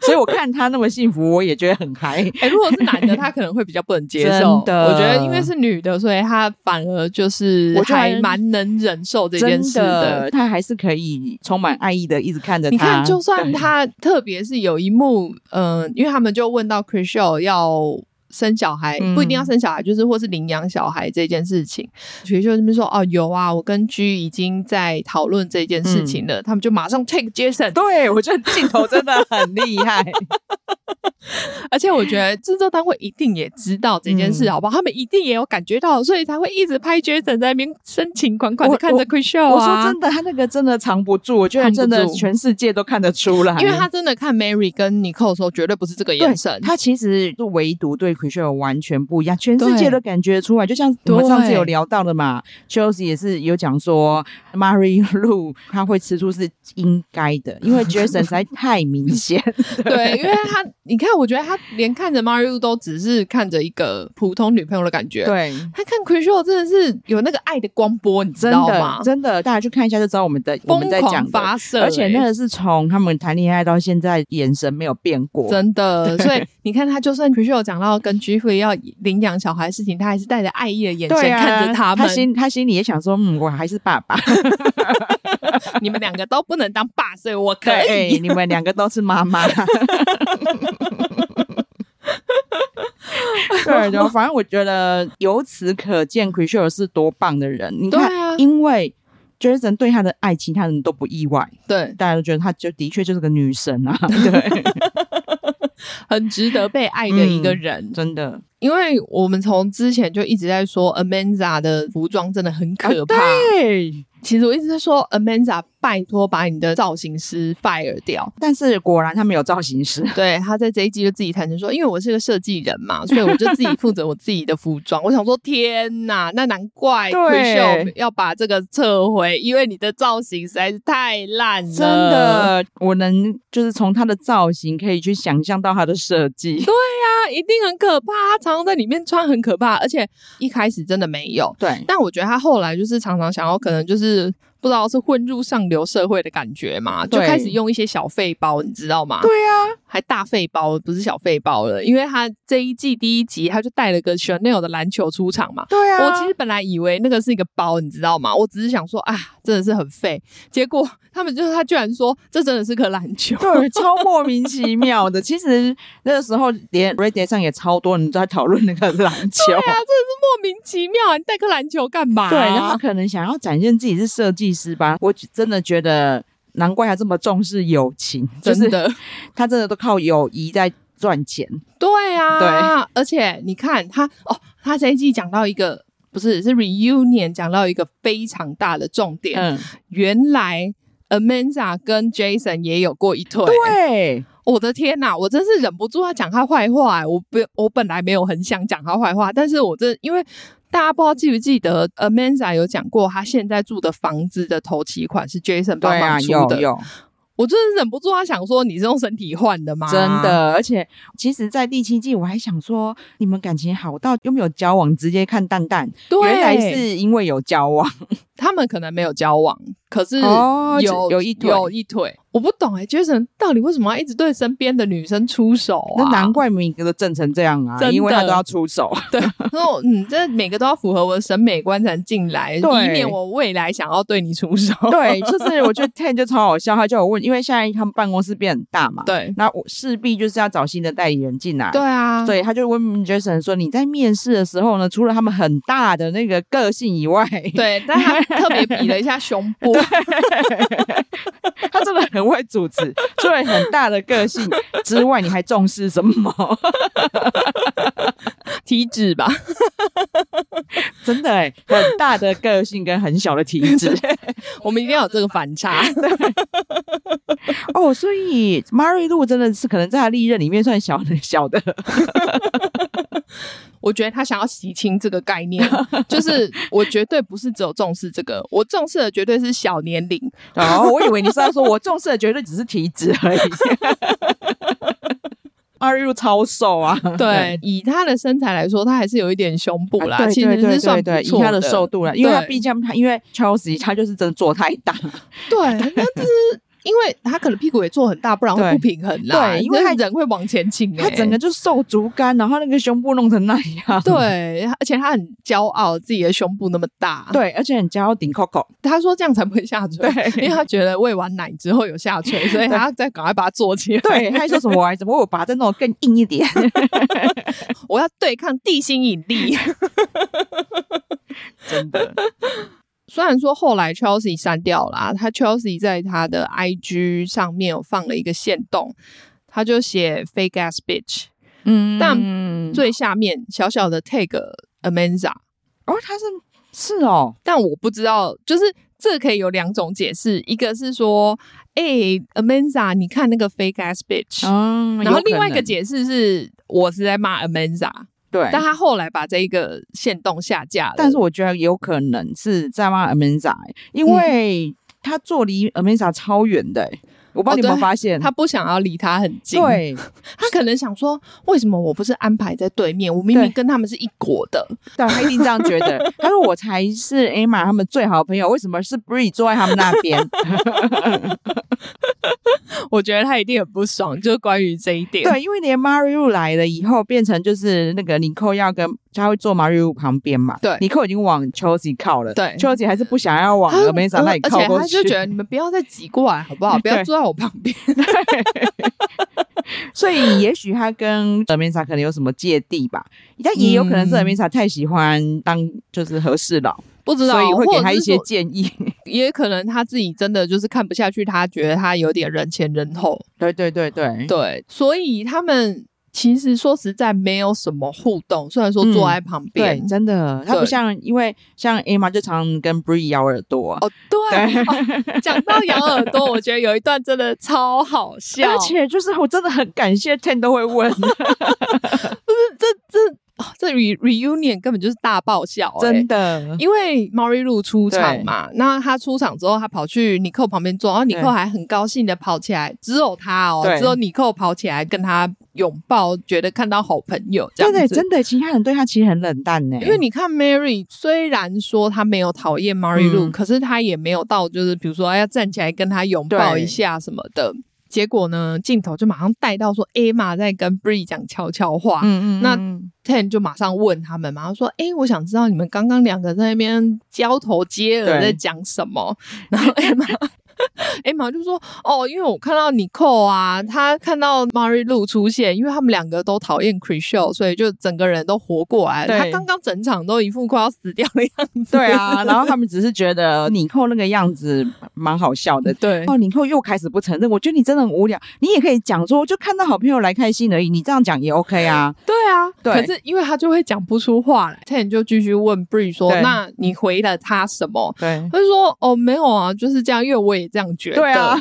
[SPEAKER 1] 所以我看他那么幸福，我也觉得很嗨。
[SPEAKER 2] 哎、如果是男的，他可能会比较不能接受。
[SPEAKER 1] 真的
[SPEAKER 2] 我觉得因为是女的，所以他反而就是
[SPEAKER 1] 我觉得
[SPEAKER 2] 还蛮能忍受 这件事
[SPEAKER 1] 真的，他还是可以充满爱意的一直看着他。
[SPEAKER 2] 你看，就算
[SPEAKER 1] 对
[SPEAKER 2] 他，特别是有一幕，嗯、因为他们就问到 c h r i s h e l 要生小孩，
[SPEAKER 1] 嗯
[SPEAKER 2] 不一定要生小孩，就是或是领养小孩这件事情。c h r i s h e l 这边说，哦，有啊，我跟 G 已经在讨论这件事情了，他们就马上 take Jason，
[SPEAKER 1] 嗯对我觉得镜头真的很厉害。
[SPEAKER 2] 而且我觉得制作单位一定也知道这件事，
[SPEAKER 1] 嗯
[SPEAKER 2] 好不好？他们一定也有感觉到，所以才会一直拍 Jason 在那边深情款款的
[SPEAKER 1] 我
[SPEAKER 2] 看着 c h r i s h e l 啊。
[SPEAKER 1] 我说真的，他那个真的藏不住，我觉得
[SPEAKER 2] 藏不
[SPEAKER 1] 真的
[SPEAKER 2] 住
[SPEAKER 1] 全世界都看得出来，
[SPEAKER 2] 因为他真的看 Mary 跟 Nicole 的时候，绝对不是这个眼神，
[SPEAKER 1] 他其实就唯独对 c h r i s h e l 完全不一样，全世界
[SPEAKER 2] 对
[SPEAKER 1] 都感觉出来。就像我们上次
[SPEAKER 2] 对
[SPEAKER 1] 有聊到的嘛 c h e l s e a 也是有讲说 Mary Lou 他会吃醋是应该的，因为 Jason 实 在太明显。
[SPEAKER 2] 对，因为他，你看，我觉得他连看着 Mario 都只是看着一个普通女朋友的感觉。，
[SPEAKER 1] 对，
[SPEAKER 2] 他看 c h r i s h e l 真的是有那个爱的光波，你知
[SPEAKER 1] 真
[SPEAKER 2] 道
[SPEAKER 1] 的
[SPEAKER 2] 吗？
[SPEAKER 1] 真的，大家去看一下就知道我们的我
[SPEAKER 2] 疯
[SPEAKER 1] 们在讲
[SPEAKER 2] 狂
[SPEAKER 1] 的。
[SPEAKER 2] 发射欸、
[SPEAKER 1] 而且那个是从他们谈恋爱到现在，眼神没有变过。
[SPEAKER 2] 真 的，所以你看，他就算 c h r i s h e l 讲到跟 g f 要领养小孩的事情，他还是带着爱意的眼神
[SPEAKER 1] 对啊，
[SPEAKER 2] 看着
[SPEAKER 1] 他
[SPEAKER 2] 们。
[SPEAKER 1] 心他心里也想说，嗯，我还是爸爸。
[SPEAKER 2] 你们两个都不能当爸，所以我可
[SPEAKER 1] 对，哎
[SPEAKER 2] 以。
[SPEAKER 1] 你们两个都是妈 妈。对，然后反正我觉得由此可见 c h r i s h e l 是多棒的人。你看，
[SPEAKER 2] 对啊
[SPEAKER 1] 因为 Jason 对他的爱，其他人都不意外，
[SPEAKER 2] 对，
[SPEAKER 1] 大家都觉得他就的确就是个女神 啊。对，
[SPEAKER 2] 很值得被爱的一个人。
[SPEAKER 1] 真的
[SPEAKER 2] 因为我们从之前就一直在说 Amanda 的服装真的很可怕。
[SPEAKER 1] 啊对。
[SPEAKER 2] 其实我一直在说，Amanda，拜托把你的造型师 fire 掉。
[SPEAKER 1] 但是果然他没有造型师，
[SPEAKER 2] 对，他在这一季就自己坦诚说，因为我是个设计人 嘛，所以我就自己负责我自己的服装。我想说，天哪，那难怪
[SPEAKER 1] 对
[SPEAKER 2] c h 要把这个撤回，因为你的造型实在是太烂了。
[SPEAKER 1] 真，的，我能就是从他的造型可以去想象到他的设计。
[SPEAKER 2] 他一定很可怕，他常常在里面穿很可怕，而且一开始真的没有。
[SPEAKER 1] 对，
[SPEAKER 2] 但我觉得他后来就是常常想要，可能就是不知道是混入上流社会的感觉嘛，就
[SPEAKER 1] 对
[SPEAKER 2] 开始用一些小费包，你知道吗？
[SPEAKER 1] 对啊，
[SPEAKER 2] 还大费包，不是小费包了，因为他这一季第一集他就带了个 Chanel 的篮球出场嘛。
[SPEAKER 1] 对啊。
[SPEAKER 2] 我其实本来以为那个是一个包，你知道吗？我只是想说啊，真的是很废。结果他们就是他居然说这真的是颗篮 球，
[SPEAKER 1] 对，超莫名其妙的。其实那个时候连 Reddit 上也超多人在讨论那个篮球，对,、
[SPEAKER 2] 啊，真的是莫名其妙，你带颗篮球干 嘛？
[SPEAKER 1] 然后他可能想要展现自己是设计师吧。我真的觉得，难怪他这么重视友情，就
[SPEAKER 2] 真
[SPEAKER 1] 是
[SPEAKER 2] 的。
[SPEAKER 1] 他真的都靠友谊在赚钱。
[SPEAKER 2] 对啊，对，而且你看他哦，他这一季讲到一个不是是 reunion 讲到一个非常大的重点，
[SPEAKER 1] 嗯，
[SPEAKER 2] 原来 Amanda 跟 Jason 也有过一腿。
[SPEAKER 1] 对，
[SPEAKER 2] 我的天呐，我真是忍不住要讲他坏话、欸我不，我本来没有很想讲他坏话，但是我真因为大家不知道记不记得，Amanda 有讲过，他现在住的房子的头期款是 Jason 帮
[SPEAKER 1] 对
[SPEAKER 2] 忙
[SPEAKER 1] 啊，
[SPEAKER 2] 出
[SPEAKER 1] 有
[SPEAKER 2] 的。
[SPEAKER 1] 有，
[SPEAKER 2] 我真的忍不住要想说，你是用身体换的吗？
[SPEAKER 1] 真。的，而且其实，在第七季我还想说，你们感情好到又没有交往，直接看蛋蛋，
[SPEAKER 2] 对，
[SPEAKER 1] 原来是因为有交往，
[SPEAKER 2] 他们可能没有交往，可是有、
[SPEAKER 1] 哦只有
[SPEAKER 2] 有
[SPEAKER 1] 一腿
[SPEAKER 2] 有一腿，我不懂哎、j a s o n 到底为什么要一直对身边的女生出手啊？
[SPEAKER 1] 那难怪明哥都震成这样啊
[SPEAKER 2] 真，的
[SPEAKER 1] 因为他都要出手。
[SPEAKER 2] 然后嗯，这每个都要符合我的审美观才能进来，以
[SPEAKER 1] 对
[SPEAKER 2] 免我未来想要对你出手。
[SPEAKER 1] 对， 就是我觉得 Ten 就超好笑，他就有问，因为现在他们办公室变很大嘛，，
[SPEAKER 2] 对
[SPEAKER 1] 那我势必就是要找新的代理人进来，
[SPEAKER 2] 对啊，
[SPEAKER 1] 所以他就问 Jason 说：“你在面试的时候呢，除了他们很大的那个个性以外，
[SPEAKER 2] 对，但他特别比了一下胸部，
[SPEAKER 1] 他真的很会组织，除了很大的个性之外，你还重视什么？
[SPEAKER 2] 体脂吧，
[SPEAKER 1] 真的哎、很大的个性跟很小的体质
[SPEAKER 2] 我们一定要有这个反差。
[SPEAKER 1] 哦，所以 Mary 露真的是可能在他历任里面算小的小的，
[SPEAKER 2] 我觉得他想要洗清这个概念，就是我绝对不是只有重视这个，我重视的绝对是小年龄。
[SPEAKER 1] 哦，我以为你是要说我重视的绝对只是体脂 而已。阿瑞露超瘦啊，
[SPEAKER 2] 对，以他的身材来说，他还是有一点胸部啦，
[SPEAKER 1] 啊对
[SPEAKER 2] 其
[SPEAKER 1] 对
[SPEAKER 2] 实
[SPEAKER 1] 对
[SPEAKER 2] 是算
[SPEAKER 1] 对
[SPEAKER 2] 不错
[SPEAKER 1] 对，以他的瘦度了，因为他
[SPEAKER 2] 对
[SPEAKER 1] 毕竟他因为 Chelsea 他就是真的做太大，
[SPEAKER 2] 对，那就是因为他可能屁股也做很大，不然会
[SPEAKER 1] 对
[SPEAKER 2] 不平衡啦。
[SPEAKER 1] 对因为他
[SPEAKER 2] 那人会往前倾、欸，
[SPEAKER 1] 他整个就瘦竹竿，然后那个胸部弄成那样，
[SPEAKER 2] 对，而且他很骄傲自己的胸部那么大。，
[SPEAKER 1] 对，而且很骄傲顶 Coco，
[SPEAKER 2] 他说这样才不会下垂，因为他觉得喂完奶之后有下垂， 所以他要再赶快把它做起来。
[SPEAKER 1] 对，他还说什么我还怎么我把这弄得更硬一 点，
[SPEAKER 2] 我要对抗地心引 力。
[SPEAKER 1] 真的，
[SPEAKER 2] 虽然说后来 Chelsea 删掉了、啊，他 Chelsea 在他的 IG 上面有放了一个线动，他就写 fake ass bitch，、
[SPEAKER 1] 嗯
[SPEAKER 2] 但
[SPEAKER 1] 最
[SPEAKER 2] 最下面小小的 tag Amanda，
[SPEAKER 1] 哦他是是哦，
[SPEAKER 2] 但我不知道，就是这可以有两种解释，一个是说，哎、a m a n d a 你看那个 fake ass bitch，、
[SPEAKER 1] 嗯
[SPEAKER 2] 然后另外一个解释是我是在骂 Amanda，
[SPEAKER 1] 对，
[SPEAKER 2] 但他后来把这一个线动下架了，
[SPEAKER 1] 但是我觉得有可能是在骂 Amanda，欸因
[SPEAKER 2] 嗯
[SPEAKER 1] 为他坐离 Amanda 超远的欸，我不知道你有没
[SPEAKER 2] 哦对
[SPEAKER 1] 有发现
[SPEAKER 2] 他不想要离他很近，
[SPEAKER 1] 对
[SPEAKER 2] 他可能想说，为什么我不是安排在对面？我明明
[SPEAKER 1] 对
[SPEAKER 2] 跟他们是一国的，
[SPEAKER 1] 对，他一定这样觉得。他说：“我才是 Emma 他们最好的朋友，为什么是 Bree 坐在他们那边
[SPEAKER 2] 我觉得他一定很不爽，就是关于这一？”点。
[SPEAKER 1] 对，因为连 Mario 来了以后，变成就是那个尼寇要跟他会坐 Mario 旁边嘛。
[SPEAKER 2] 对
[SPEAKER 1] 尼寇已经往 Chelsea 靠了，
[SPEAKER 2] 对
[SPEAKER 1] ，Chelsea 还是不想要往
[SPEAKER 2] 他
[SPEAKER 1] Amanda 那里
[SPEAKER 2] 而
[SPEAKER 1] 靠
[SPEAKER 2] 且
[SPEAKER 1] 过
[SPEAKER 2] 他
[SPEAKER 1] 去。
[SPEAKER 2] 就觉得你们不要再挤过来好 不好？不要
[SPEAKER 1] 对
[SPEAKER 2] 坐在我旁边。
[SPEAKER 1] 所以也许他跟 Amanda 可能有什么芥蒂吧，但也有可能是
[SPEAKER 2] 嗯
[SPEAKER 1] Amanda 太喜欢当就是和事佬，
[SPEAKER 2] 不知道，啊
[SPEAKER 1] 所以会
[SPEAKER 2] 嗯或
[SPEAKER 1] 给
[SPEAKER 2] 者
[SPEAKER 1] 他一
[SPEAKER 2] 是
[SPEAKER 1] 些
[SPEAKER 2] 说
[SPEAKER 1] 建 议。
[SPEAKER 2] 也可能他自己真的就是看不下去，他觉得他有点人前人后，
[SPEAKER 1] 对对对对
[SPEAKER 2] 对，所以他们其实说实在没有什么互动，虽然说坐在旁边，
[SPEAKER 1] 嗯对，真的，他不
[SPEAKER 2] 对
[SPEAKER 1] 像因为像 Emma 就常跟 Bree 咬耳朵，
[SPEAKER 2] 哦，对，哦讲、到咬耳朵，我觉得有一段真的 超好笑，
[SPEAKER 1] 而且就是我真的很感谢 Ten 都会 问，
[SPEAKER 2] 这这、哦、这 re reunion 根本就是大爆笑、欸，
[SPEAKER 1] 真。的。
[SPEAKER 2] 因为 m a r i l 出场嘛，那他出场之后，他跑去尼寇旁边坐，然后尼寇
[SPEAKER 1] 对
[SPEAKER 2] 还很高兴的跑起来，只有他哦，
[SPEAKER 1] 对
[SPEAKER 2] 只有尼寇跑起来跟他拥抱，觉得看到好朋友这
[SPEAKER 1] 对
[SPEAKER 2] 样
[SPEAKER 1] 对，
[SPEAKER 2] 子。
[SPEAKER 1] 真的，其他人对他其实很冷淡呢，
[SPEAKER 2] 因为你看 Mary，虽然说她没有讨厌 Mary Lou，、
[SPEAKER 1] 嗯
[SPEAKER 2] 可是她也没有到就是比如说哎要站起来跟她拥抱
[SPEAKER 1] 对
[SPEAKER 2] 一下什么的。结果呢，镜头就马上带到说 Emma 在跟 Bree 讲悄悄话、
[SPEAKER 1] 嗯
[SPEAKER 2] 那 Ten 就马上问他们嘛，他说：“哎、我想知道你们刚刚两个在那边交头接耳
[SPEAKER 1] 对
[SPEAKER 2] 在讲什么。”然后 Emma。Emma 就说：“哦，因为我看到 Nicole 啊，她看到 Mary Lou 出现，因为他们两个都讨厌 c r i s h e l 所以就整个人都活过来了。
[SPEAKER 1] 对啊
[SPEAKER 2] 她刚刚整场都一副快要死掉的样子。
[SPEAKER 1] 对，啊，然后他们只是觉得你扣那个样子蛮好笑的。
[SPEAKER 2] 对
[SPEAKER 1] 哦，你后又开始不承认，我觉得你真的很无聊。你也可以讲说，就看到好朋友来开心而已，你这样讲也 OK 啊。
[SPEAKER 2] 对啊，
[SPEAKER 1] 对
[SPEAKER 2] 可是因为他就会讲不出话来，他也就继续问 Bree 说
[SPEAKER 1] 对：“
[SPEAKER 2] 那你回了他什么？”
[SPEAKER 1] 对
[SPEAKER 2] 他就说：“哦，没有啊，就是这样，因为我也这样觉得。”
[SPEAKER 1] 对啊，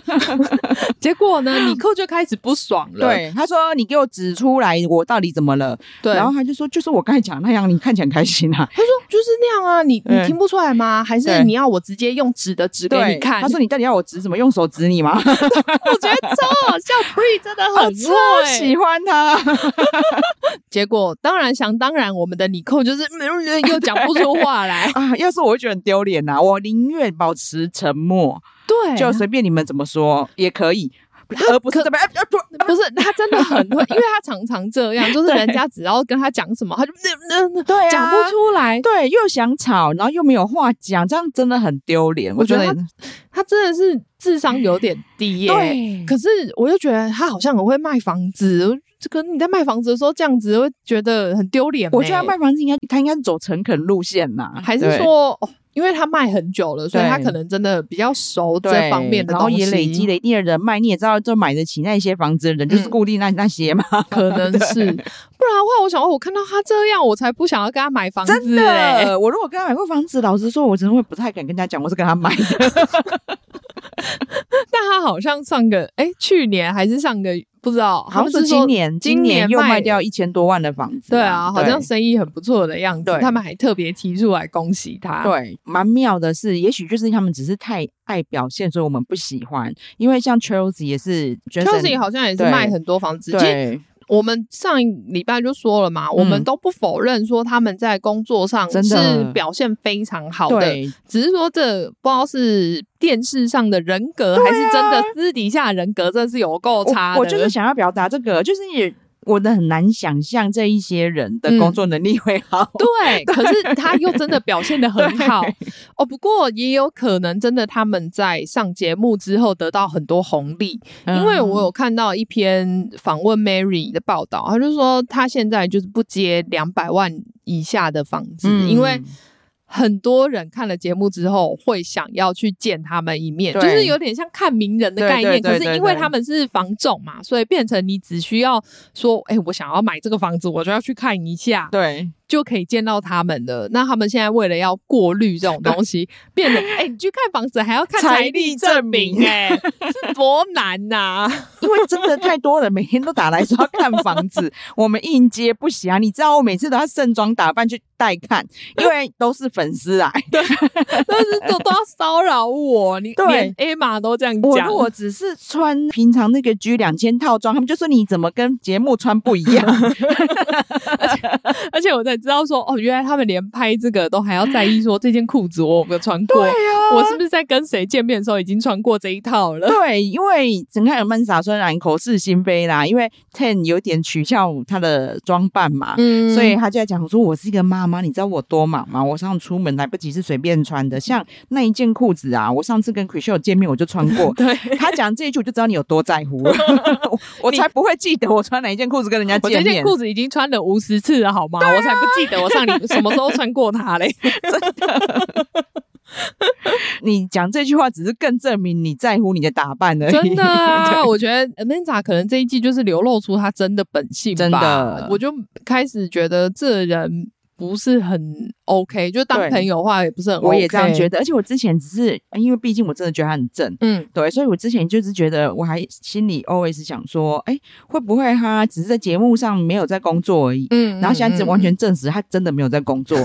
[SPEAKER 2] 结 果呢，尼克就开始不爽了。
[SPEAKER 1] 对，他说你给我指出来，我到底怎么了？
[SPEAKER 2] 对，
[SPEAKER 1] 然后他就说，就是我刚才讲那样，你看起来很开心 啊。
[SPEAKER 2] 他说：“就是那样啊，你
[SPEAKER 1] 嗯
[SPEAKER 2] 你听不出来吗？还是
[SPEAKER 1] 对
[SPEAKER 2] 你要我直接用纸的指给
[SPEAKER 1] 对，
[SPEAKER 2] 你看？”
[SPEAKER 1] 他说你到底要我指什么？用手指你吗？：“
[SPEAKER 2] 我觉得超好笑，Bree 真的
[SPEAKER 1] 我
[SPEAKER 2] 很
[SPEAKER 1] 超
[SPEAKER 2] 会。
[SPEAKER 1] 喜欢他。。
[SPEAKER 2] 结果当然想当然，我们的尼克就是嗯又讲不出话来
[SPEAKER 1] 啊，要是我会觉得很丢脸呐，我宁愿保持沉默，
[SPEAKER 2] 对
[SPEAKER 1] 就随便你们怎么说也可以，
[SPEAKER 2] 他
[SPEAKER 1] 而不是
[SPEAKER 2] 可
[SPEAKER 1] 这边啊啊啊
[SPEAKER 2] 不是他真的很会，因为他常常这 样，就是人家只要跟他讲什么，他就嗯嗯嗯
[SPEAKER 1] 对啊
[SPEAKER 2] 讲不出来。
[SPEAKER 1] 对，又想吵，然后又没有话讲，这样真的很丢脸。我
[SPEAKER 2] 我
[SPEAKER 1] 觉
[SPEAKER 2] 觉
[SPEAKER 1] 得
[SPEAKER 2] 得他真的是智商有点低耶、
[SPEAKER 1] 对
[SPEAKER 2] 可是我又觉得他好像很会卖房子，我这个你在卖房子的时候这样子，会觉得很丢脸欸、
[SPEAKER 1] 我觉得他卖房子应该，他应该是走诚恳路线呐，
[SPEAKER 2] 还是
[SPEAKER 1] 对
[SPEAKER 2] 说，哦因为他卖很久了，所以
[SPEAKER 1] 对
[SPEAKER 2] 他可能真的比较熟这
[SPEAKER 1] 对
[SPEAKER 2] 方面的
[SPEAKER 1] 然后
[SPEAKER 2] 东西，
[SPEAKER 1] 也累积 了一定的人脉，你也知道，就买得起那些房子的人就是
[SPEAKER 2] 嗯
[SPEAKER 1] 固定那、那些嘛，
[SPEAKER 2] 可能是。不然的话，我想哦我看到他这样，我才不想要跟他买房子、欸。
[SPEAKER 1] 真的。我如果跟他买过房子，老实说，我真的会不太敢跟他讲我是跟他买 的。
[SPEAKER 2] 但他好像上个哎、去年还是上个不知道，
[SPEAKER 1] 好像
[SPEAKER 2] 是
[SPEAKER 1] 是今年，今
[SPEAKER 2] 今
[SPEAKER 1] 年又卖
[SPEAKER 2] 卖
[SPEAKER 1] 掉一千多万的房子、
[SPEAKER 2] 对啊，好
[SPEAKER 1] 对
[SPEAKER 2] 像生意很不错的样子
[SPEAKER 1] 对。
[SPEAKER 2] 他们还特别提出来恭喜他。，
[SPEAKER 1] 对，蛮妙的是，也许就是他们只是太爱表现，所以我们不喜欢。因为像 Chelsea 也是 j
[SPEAKER 2] 邱 y 好像也是
[SPEAKER 1] 对
[SPEAKER 2] 卖很多房子。其实
[SPEAKER 1] 对，
[SPEAKER 2] 我们上一礼拜就说了嘛，我们都不否认说他们在工作上
[SPEAKER 1] 嗯真的
[SPEAKER 2] 是表现非常好的，
[SPEAKER 1] 对，
[SPEAKER 2] 只是说这不知道是电视上的人格，还是真的私底下人格，真的是有够差
[SPEAKER 1] 啊我
[SPEAKER 2] 的
[SPEAKER 1] 我就是想要表达这个，就是也我的很难想象这一些人
[SPEAKER 2] 嗯
[SPEAKER 1] 的工作能力会 好。
[SPEAKER 2] 对，可是他又真的表现的很好哦。不过也有可能真的他们在上节目之后得到很多红利，
[SPEAKER 1] 嗯
[SPEAKER 2] 因为我有看到一篇访问 Mary 的报道，他就说他现在就是不接两百万以下的房子，因
[SPEAKER 1] 嗯
[SPEAKER 2] 为。很多人看了节目之后，会想要去见他们一面，
[SPEAKER 1] 对
[SPEAKER 2] 就是有点像看名人的概念。
[SPEAKER 1] 对对对对
[SPEAKER 2] 可是因为
[SPEAKER 1] 对
[SPEAKER 2] 他们是房仲嘛，所以变成你只需要说：“哎、我想要买这个房子，我就要去看一下。”
[SPEAKER 1] 对
[SPEAKER 2] 就可以见到他们的。那他们现在为了要过滤这种东西，变得哎、你去看房子还要看
[SPEAKER 1] 财
[SPEAKER 2] 财
[SPEAKER 1] 力
[SPEAKER 2] 力
[SPEAKER 1] 证
[SPEAKER 2] 证明、
[SPEAKER 1] 明
[SPEAKER 2] 哎，是多难啊呐、
[SPEAKER 1] 因为真的太多人每天都打来说要看房子，我们应接不暇。你知道我每次都要盛装打扮去带看，因为都是粉丝啊 来。
[SPEAKER 2] 但是都都要骚扰我，你
[SPEAKER 1] 对
[SPEAKER 2] 连 Emma 都这样
[SPEAKER 1] 我
[SPEAKER 2] 讲
[SPEAKER 1] 如。果只是穿平常那个 G 两千套装，他们就说你怎么跟节目穿不一样？
[SPEAKER 2] 而且我才知道说，哦，原来他们连拍这个都还要在意说这件裤子我有没有穿过，
[SPEAKER 1] 啊
[SPEAKER 2] 我是不是在跟谁见面的时候已经穿过这一套 了？
[SPEAKER 1] 对，因为整个尔曼莎虽然口是心非啦，因为 Ten 有点取笑她的装扮嘛。
[SPEAKER 2] 嗯。
[SPEAKER 1] 所以她就在讲说，我是一个妈妈，你知道我多忙吗？我上次出门来不及是随便穿的，像那一件裤子啊，我上次跟 c h r i s e l 见面我就穿过
[SPEAKER 2] 对。
[SPEAKER 1] 她讲这一句，我就知道你有多在乎， 我我才不会记得我穿哪一件裤子跟人家
[SPEAKER 2] 我
[SPEAKER 1] 见
[SPEAKER 2] 这
[SPEAKER 1] 面啊
[SPEAKER 2] 件。裤子已经穿了五十次了，好吗？我才不记得我上你 什么时候穿过 它嘞。
[SPEAKER 1] 你讲这句话只是更证明你在乎你的打扮而已。
[SPEAKER 2] 真的啊，我觉得 Amanda 可能这一季就是流露出她真的本性吧。
[SPEAKER 1] 真的
[SPEAKER 2] 我就开始觉得这人不是很 OK，就当
[SPEAKER 1] 对
[SPEAKER 2] 朋友的话也不是很 OK。
[SPEAKER 1] 我也这样觉
[SPEAKER 2] 得。
[SPEAKER 1] 得，而且我之前只是因为毕竟我真的觉得他很正，
[SPEAKER 2] 嗯，
[SPEAKER 1] 对，所以我之前就是觉得我还心里 always 想说，哎，会不会他只是在节目上没有在工作而已？
[SPEAKER 2] 嗯
[SPEAKER 1] 然后现在这
[SPEAKER 2] 嗯
[SPEAKER 1] 完全证实，他真的没有在工 作。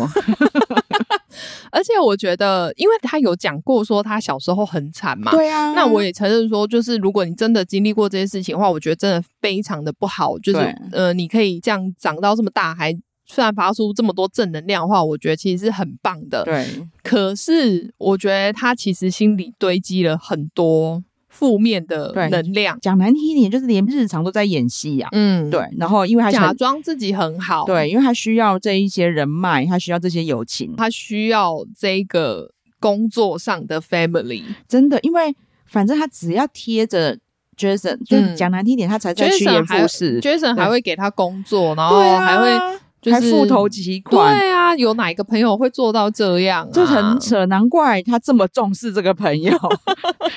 [SPEAKER 2] 而且我觉得，因为他有讲过说他小时候很惨嘛，
[SPEAKER 1] 对啊
[SPEAKER 2] 那我也承认说，就是如果你真的经历过这些事情的话，我觉得真的非常的不好。就是
[SPEAKER 1] 对
[SPEAKER 2] 呃，你可以这样长到这么大，还虽然发出这么多正能量的话，我觉得其实是很棒的。
[SPEAKER 1] 对
[SPEAKER 2] 可是我觉得他其实心里堆积了很多负面的
[SPEAKER 1] 对
[SPEAKER 2] 能量，
[SPEAKER 1] 讲难听一点，就是连日常都在演戏呀、
[SPEAKER 2] 嗯，，
[SPEAKER 1] 对，然后因为他
[SPEAKER 2] 假
[SPEAKER 1] 想，
[SPEAKER 2] 装自己很好，，
[SPEAKER 1] 对，因为他需要这一些人脉，他需要这些友情，
[SPEAKER 2] 他需要这个工作上的 family，
[SPEAKER 1] 真的，因为反正他只要贴着 Jason，就是
[SPEAKER 2] 嗯
[SPEAKER 1] 讲难听一点，他才在
[SPEAKER 2] Jason
[SPEAKER 1] 趋炎
[SPEAKER 2] 还
[SPEAKER 1] 附势。
[SPEAKER 2] Jason 还会给他工作，然后
[SPEAKER 1] 对啊
[SPEAKER 2] 还会就是
[SPEAKER 1] 还付头期款，
[SPEAKER 2] 对啊，有哪一个朋友会做到这样、啊？
[SPEAKER 1] 这 很扯，难怪他这么重视这个朋友。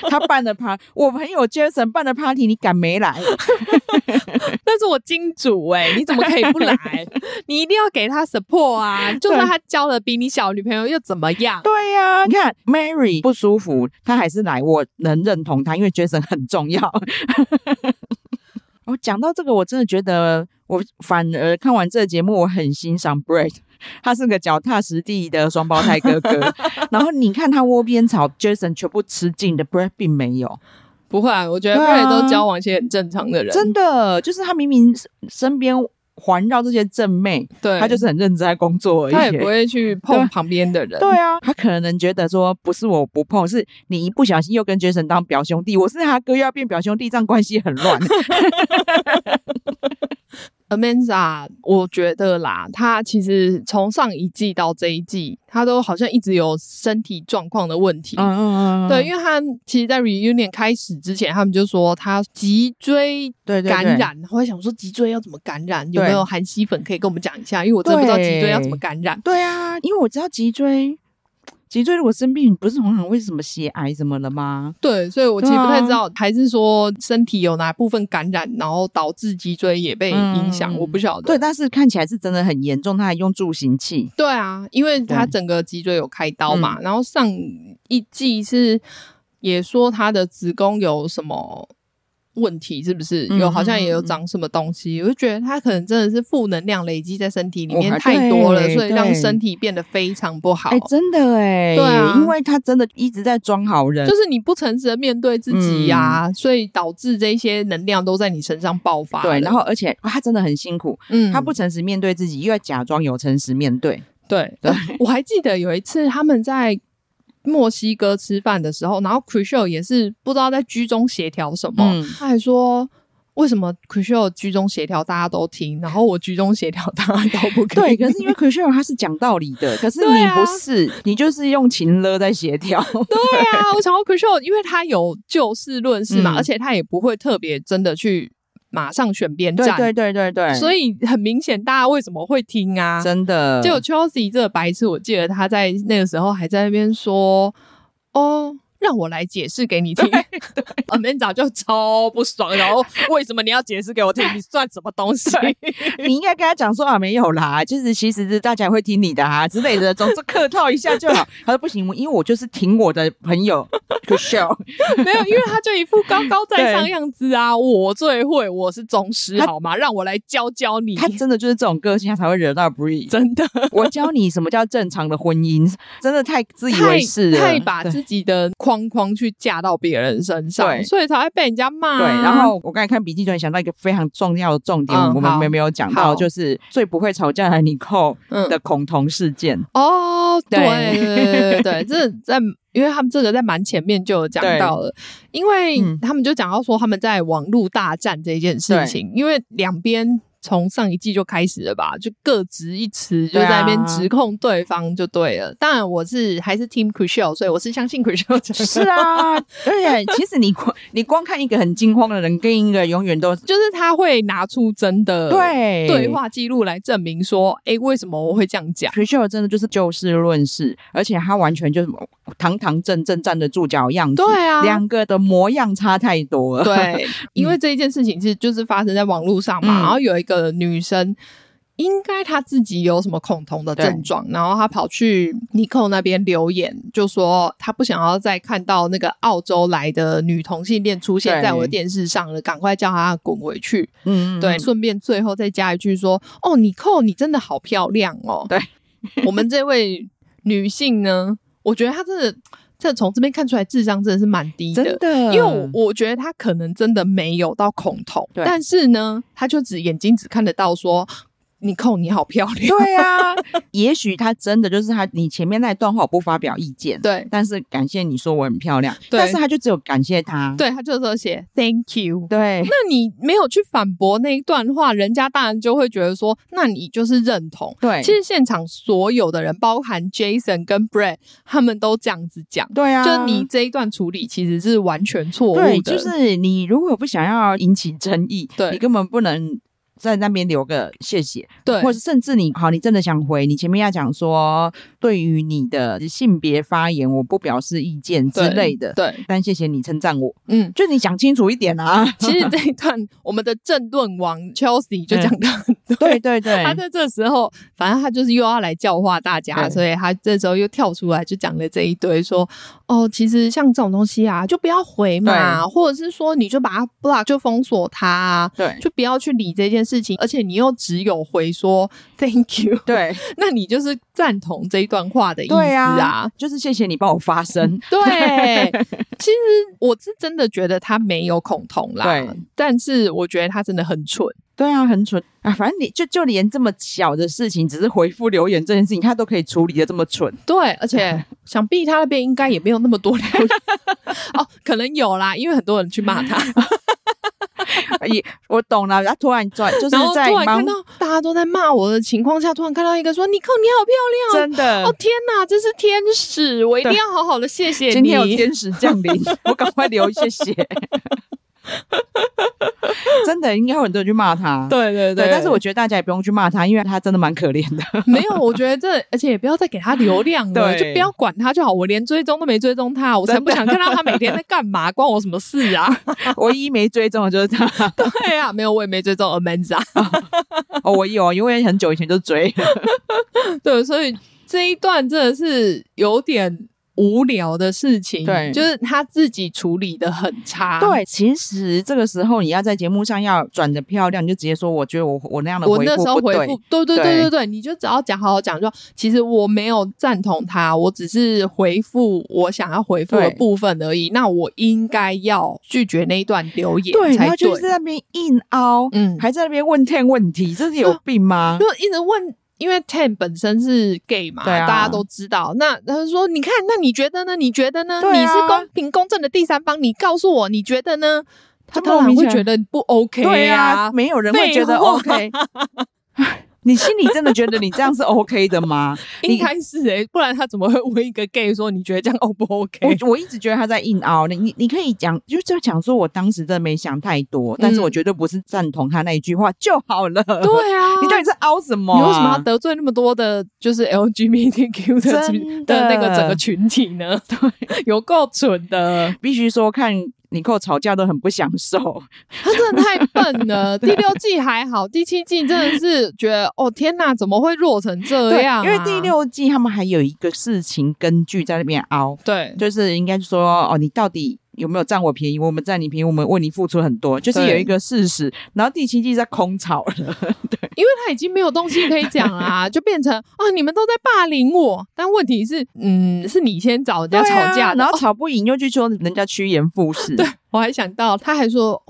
[SPEAKER 1] 他办的 party，我朋友 Jason 办的 party，你敢没来？
[SPEAKER 2] 但是我金主哎、你怎么可以不来？你一定要给他 support 啊！就算他交的比你小女朋友又怎么样？
[SPEAKER 1] 对呀、你看 Mary 不舒服，他还是来，我能认同他，因为 Jason 很重要。 我讲到这个，我真的觉得，我反而看完这个节目，我很欣赏 Brett，他 是个脚踏实地的双胞胎哥哥。然后你看他窝边草，Jason 全部吃尽的，Brett 并没有。
[SPEAKER 2] 不会、啊，我觉得
[SPEAKER 1] 对
[SPEAKER 2] b
[SPEAKER 1] 啊
[SPEAKER 2] r 都交往一些很正常的人，
[SPEAKER 1] 真的，就是他明明身边环绕这些正妹，
[SPEAKER 2] 对，啊
[SPEAKER 1] 他就是很认真在工作而已。
[SPEAKER 2] 他也不会去
[SPEAKER 1] 对
[SPEAKER 2] 碰旁边的人，
[SPEAKER 1] 对啊，他可能觉得说，不是我不碰，是你一不小心又跟 Jason 当表兄弟，我是他哥又要变表兄弟，这样关系很 乱。
[SPEAKER 2] Amanda，我觉得啦，她其实从上一季到这一季，她都好像一直有身体状况的问题。
[SPEAKER 1] 嗯嗯
[SPEAKER 2] 对，因为她其实，在 reunion 开始之前，他们就说她脊椎
[SPEAKER 1] 对对对
[SPEAKER 2] 感染，我会想说脊椎要怎么感染？有没有含吸粉可以跟我们讲一下？因为我真的不知道脊椎要怎么感染。
[SPEAKER 1] 对啊，因为我知道脊椎，脊椎如果生病，你不是通常会什么血癌什么了吗？
[SPEAKER 2] 对，所以我其实
[SPEAKER 1] 对啊
[SPEAKER 2] 不太知道，还是说身体有哪部分感染，然后导致脊椎也被影响？
[SPEAKER 1] 嗯
[SPEAKER 2] 我不晓得。
[SPEAKER 1] 对，但是看起来是真的很严重，他还用助行器。
[SPEAKER 2] 对啊，因为他整个脊椎有开刀嘛，
[SPEAKER 1] 嗯
[SPEAKER 2] 然后上一季是也说他的子宫有什么问题，是不是？
[SPEAKER 1] 嗯
[SPEAKER 2] 有好像也有长什么东西，我就觉得他可能真的是负能量累积在身体里面
[SPEAKER 1] 哇
[SPEAKER 2] 太多了，
[SPEAKER 1] 对
[SPEAKER 2] 所以让
[SPEAKER 1] 对
[SPEAKER 2] 身体变得非常不好。
[SPEAKER 1] 哎、真的哎、
[SPEAKER 2] 对啊
[SPEAKER 1] 因为他真的一直在装好人，
[SPEAKER 2] 就是你不诚实的面对自己呀、
[SPEAKER 1] 嗯
[SPEAKER 2] 所以导致这些能量都在你身上爆发了。
[SPEAKER 1] 对，然后而且哇他真的很辛苦，
[SPEAKER 2] 嗯，
[SPEAKER 1] 他不诚实面对自己，又要假装有诚实面对。
[SPEAKER 2] 对
[SPEAKER 1] 对，
[SPEAKER 2] 我还记得有一次他们在墨西哥吃饭的时候，然后 c r i s h o 也是不知道在居中协调什么，
[SPEAKER 1] 嗯
[SPEAKER 2] 他还说。为什么 c r i s h o 居中协调大家都听，然后我居中协调大家都不可
[SPEAKER 1] 对，
[SPEAKER 2] 以？
[SPEAKER 1] 可是因为 c h r i s t i a n 他是讲道理的，可是
[SPEAKER 2] 对
[SPEAKER 1] 你
[SPEAKER 2] 啊
[SPEAKER 1] 不是，你就是用情勒在协 调。
[SPEAKER 2] 对啊，我想到 c r i s h o 因为他有就事论事嘛，
[SPEAKER 1] 嗯
[SPEAKER 2] 而且他也不会特别真的去马上选边
[SPEAKER 1] 对
[SPEAKER 2] 站，
[SPEAKER 1] 对对对对，
[SPEAKER 2] 所
[SPEAKER 1] 以
[SPEAKER 2] 以很明显大家为什么会听啊？
[SPEAKER 1] 真的
[SPEAKER 2] 结果 Chelsea 这个白痴，我记得他在那个时候还在那边说：“哦，让我来解释给你听。” Amanda 就超不爽，然后为什么你要解释给我听？你算什么东西？
[SPEAKER 1] 你应该跟他讲说啊，没有啦，就是其实是大家会听你的啊之类的，总之客套一下就 好。他说不行，我因为我就是听我的朋友 c h r i s t i a n
[SPEAKER 2] 没有，因为他就一副高高在上样子啊！我最会，我是宗师，
[SPEAKER 1] 他
[SPEAKER 2] 好吗？让我来教教你。
[SPEAKER 1] 他真的就是这种个性，他才会惹到 Bree。
[SPEAKER 2] 真的
[SPEAKER 1] 我教你什么叫正常的婚姻，真的太自以
[SPEAKER 2] 太
[SPEAKER 1] 为是了，
[SPEAKER 2] 太把
[SPEAKER 1] 对
[SPEAKER 2] 自己的框框去架到别人身上，
[SPEAKER 1] 对
[SPEAKER 2] 所以才会被人家骂啊。
[SPEAKER 1] 对，然后我刚才看笔记，突然想到一个非常重要的重点，
[SPEAKER 2] 嗯
[SPEAKER 1] 我
[SPEAKER 2] 好
[SPEAKER 1] 们没没有讲
[SPEAKER 2] 好
[SPEAKER 1] 到，就是最不会吵架的尼寇
[SPEAKER 2] 嗯
[SPEAKER 1] 的恐同事件。
[SPEAKER 2] 哦，对
[SPEAKER 1] 对
[SPEAKER 2] 对对对对，这在因为他们这个在蛮前面就有讲到了，因为
[SPEAKER 1] 嗯
[SPEAKER 2] 他们就讲到说他们在网络大战这件事情，因为两边。从上一季就开始了吧，就各执一词，就
[SPEAKER 1] 对啊
[SPEAKER 2] 在那边指控对方就对了。当然，我是还是 Team c r u s h a l 所以我是相信 c r u s h a l 讲 的。
[SPEAKER 1] 是啊，而且其实你光你光看一个很惊慌的人，跟一个永远都是呃
[SPEAKER 2] 就是他会拿出真的
[SPEAKER 1] 对
[SPEAKER 2] 对。话记录来证明说，哎、为什么我会这样讲？
[SPEAKER 1] c r i s h 真的就是就事论事，而且他完全就是堂堂正正站得住脚的样子。
[SPEAKER 2] 对啊
[SPEAKER 1] 两个的模样差太多 了。
[SPEAKER 2] 对，因为这一件事情是就是发生在网络上嘛，
[SPEAKER 1] 嗯
[SPEAKER 2] 然后有一个女生。应该她自己有什么恐同的症状，然后她跑去尼寇那边留言，就说她不想要再看到那个澳洲来的女同性恋出现
[SPEAKER 1] 对
[SPEAKER 2] 在我的电视上了，赶快叫她滚回去。
[SPEAKER 1] 嗯，嗯
[SPEAKER 2] 对，，顺便最后再加一句说：“哦，尼寇，你真的好漂亮哦。”
[SPEAKER 1] 对，
[SPEAKER 2] 我们这位女性呢，我觉得她真的，这从这边看出来智商真的是蛮低
[SPEAKER 1] 真的，
[SPEAKER 2] 因为我我觉得他可能真的没有到恐同，
[SPEAKER 1] 对
[SPEAKER 2] 但是呢，他就只眼睛只看得到说，你扣你好漂亮，
[SPEAKER 1] 对啊， 也许他真的就是他，你前面那一段话我不发表意见，
[SPEAKER 2] 对
[SPEAKER 1] 但是感谢你说我很漂亮，
[SPEAKER 2] 对
[SPEAKER 1] 但是他就只有感谢他，
[SPEAKER 2] 对，他就说写 Thank you。
[SPEAKER 1] 对
[SPEAKER 2] 那你没有去反驳那一段话，人家当然就会觉得说，那你就是认同。
[SPEAKER 1] 对
[SPEAKER 2] 其实现场所有的人，包含 Jason 跟 Brad，他们都这样子讲，
[SPEAKER 1] 对啊，
[SPEAKER 2] 就你这一段处理其实是完全错误的。
[SPEAKER 1] 对，就是你如果不想要引起争议，
[SPEAKER 2] 对
[SPEAKER 1] 你根本不能在那边留个谢谢，
[SPEAKER 2] 对，
[SPEAKER 1] 或者甚至你好，你真的想回，你前面要讲说，对于你的性别发言，我不表示意见之
[SPEAKER 2] 对
[SPEAKER 1] 类的，
[SPEAKER 2] 对，
[SPEAKER 1] 但谢谢你称赞 我，
[SPEAKER 2] 嗯。
[SPEAKER 1] 就你讲清楚一点啊。
[SPEAKER 2] 其实这一段，我们的政论王 Chelsea 就讲的很
[SPEAKER 1] 嗯对对对，
[SPEAKER 2] 他在这时候，反正他就是又要来教化大家，
[SPEAKER 1] 对
[SPEAKER 2] 所以他这时候又跳出来就讲了这一堆说，哦，其实像这种东西啊，就不要回嘛，或者是说你就把它 block 就封锁它、啊，
[SPEAKER 1] 对
[SPEAKER 2] 就不要去理这件事情，而且你又只有回说 thank you，
[SPEAKER 1] 对
[SPEAKER 2] 那你就是赞同这一段话的意思
[SPEAKER 1] 对
[SPEAKER 2] 啊
[SPEAKER 1] 啊，就是谢谢你帮我发 声。
[SPEAKER 2] 对，其实我是真的觉得他没有恐同啦
[SPEAKER 1] 对，
[SPEAKER 2] 但是我觉得他真的很蠢。
[SPEAKER 1] 对啊，很蠢啊！反正你就就连这么小的事情，只是回复留言这件事情，他都可以处理的这么蠢。
[SPEAKER 2] 对，而且想必他那边应该也没有那么多留言哦，可能有啦，因为很多人去 骂他，
[SPEAKER 1] 也哎我懂了，他突然转就是
[SPEAKER 2] 然后
[SPEAKER 1] 在
[SPEAKER 2] 突然
[SPEAKER 1] 忙
[SPEAKER 2] 看，到大家都在骂我的情况下，突然看到一个说：“尼克，你好漂
[SPEAKER 1] 真
[SPEAKER 2] 亮
[SPEAKER 1] 的。
[SPEAKER 2] 哦！”哦天哪，这是天使，我一定
[SPEAKER 1] 对
[SPEAKER 2] 要好好的谢谢你。
[SPEAKER 1] 今天有天使降临，我赶快留谢谢。真的，应该有很多人去骂他。
[SPEAKER 2] 对对
[SPEAKER 1] 对但是我觉得大家也不用去骂他，因为他真的蛮可怜的。
[SPEAKER 2] 没有，我觉得这，而且也不要再给他流量了，
[SPEAKER 1] 对
[SPEAKER 2] 就不要管他就好。我连追踪都没追踪他，我才不想看到他每天在干嘛，关我什么事啊？
[SPEAKER 1] 唯一没追踪的就是他。
[SPEAKER 2] 对啊，没有，我也没追踪 Amanda。
[SPEAKER 1] 哦，我有，因为很久以前就追。
[SPEAKER 2] 对，所以这一段真的是有点无聊的事情，
[SPEAKER 1] 对
[SPEAKER 2] 就是他自己处理的很差，，
[SPEAKER 1] 对，其实这个时候你要在节目上要转的漂亮，你就直接说，我觉得我我那样的
[SPEAKER 2] 我
[SPEAKER 1] 回
[SPEAKER 2] 那时候
[SPEAKER 1] 复不
[SPEAKER 2] 回
[SPEAKER 1] 对。
[SPEAKER 2] 复，对对对
[SPEAKER 1] 对
[SPEAKER 2] 对对，你就只要讲好好讲，就其实我没有赞同他，我只是回复我想要回复的
[SPEAKER 1] 对
[SPEAKER 2] 部分而已。那我应该要拒绝那一段留言
[SPEAKER 1] 对，然
[SPEAKER 2] 才
[SPEAKER 1] 后就是在那边硬凹，
[SPEAKER 2] 嗯，啊
[SPEAKER 1] 还在那边问天问题，这是有病吗？
[SPEAKER 2] 就一直问。因为 Ten 本身是 gay 嘛，
[SPEAKER 1] 对啊
[SPEAKER 2] 大家都知道。那他就说：“你看，那你觉得呢？你觉得呢？
[SPEAKER 1] 对啊
[SPEAKER 2] 你是公平公正的第三方，你告诉我，你觉得呢？”他
[SPEAKER 1] 就
[SPEAKER 2] 当
[SPEAKER 1] 莫
[SPEAKER 2] 然
[SPEAKER 1] 名
[SPEAKER 2] 会
[SPEAKER 1] 其妙
[SPEAKER 2] 觉得不 OK
[SPEAKER 1] 对
[SPEAKER 2] 啊，
[SPEAKER 1] 没有人会觉得
[SPEAKER 2] 废话
[SPEAKER 1] OK。你心里真的觉得你这样是 OK 的 吗？
[SPEAKER 2] 应该是诶、不然他怎么会问一个 gay 说你觉得这样 O 不 OK？
[SPEAKER 1] 我我一直觉得他在硬凹，你你你可以讲，就就讲说我当时真的没想太多，但是我绝对不是赞同他那一句话就好了。对，
[SPEAKER 2] 嗯对 啊，
[SPEAKER 1] 你到底在凹什么啊、
[SPEAKER 2] 你为什么要得罪那么多的，就是 LGBTQ 的
[SPEAKER 1] 真
[SPEAKER 2] 群
[SPEAKER 1] 的
[SPEAKER 2] 的那个整个群体 呢？对，有够蠢的。
[SPEAKER 1] 必须说看你跟我吵架都很不享受？
[SPEAKER 2] 他真的太笨 了。第六季还好，第七季真的是觉得，哦天哪，怎么会弱成这样啊、
[SPEAKER 1] 因为第六季他们还有一个事情根据在那边凹，
[SPEAKER 2] 对
[SPEAKER 1] 就是应该说哦，你到底有没有占我便宜？我们占你便宜，我们为你付出很多，就是
[SPEAKER 2] 对
[SPEAKER 1] 有一个事实。然后第七季在空吵了，
[SPEAKER 2] 因为他已经没有东西可以讲 啦、就变成啊，你们都在霸凌我。但问题是，嗯，是你先找人家吵
[SPEAKER 1] 对
[SPEAKER 2] 架
[SPEAKER 1] 啊
[SPEAKER 2] 的。
[SPEAKER 1] 然
[SPEAKER 2] 哦
[SPEAKER 1] 后吵不赢又去说人家趋炎附势，对
[SPEAKER 2] 我还想到，他还说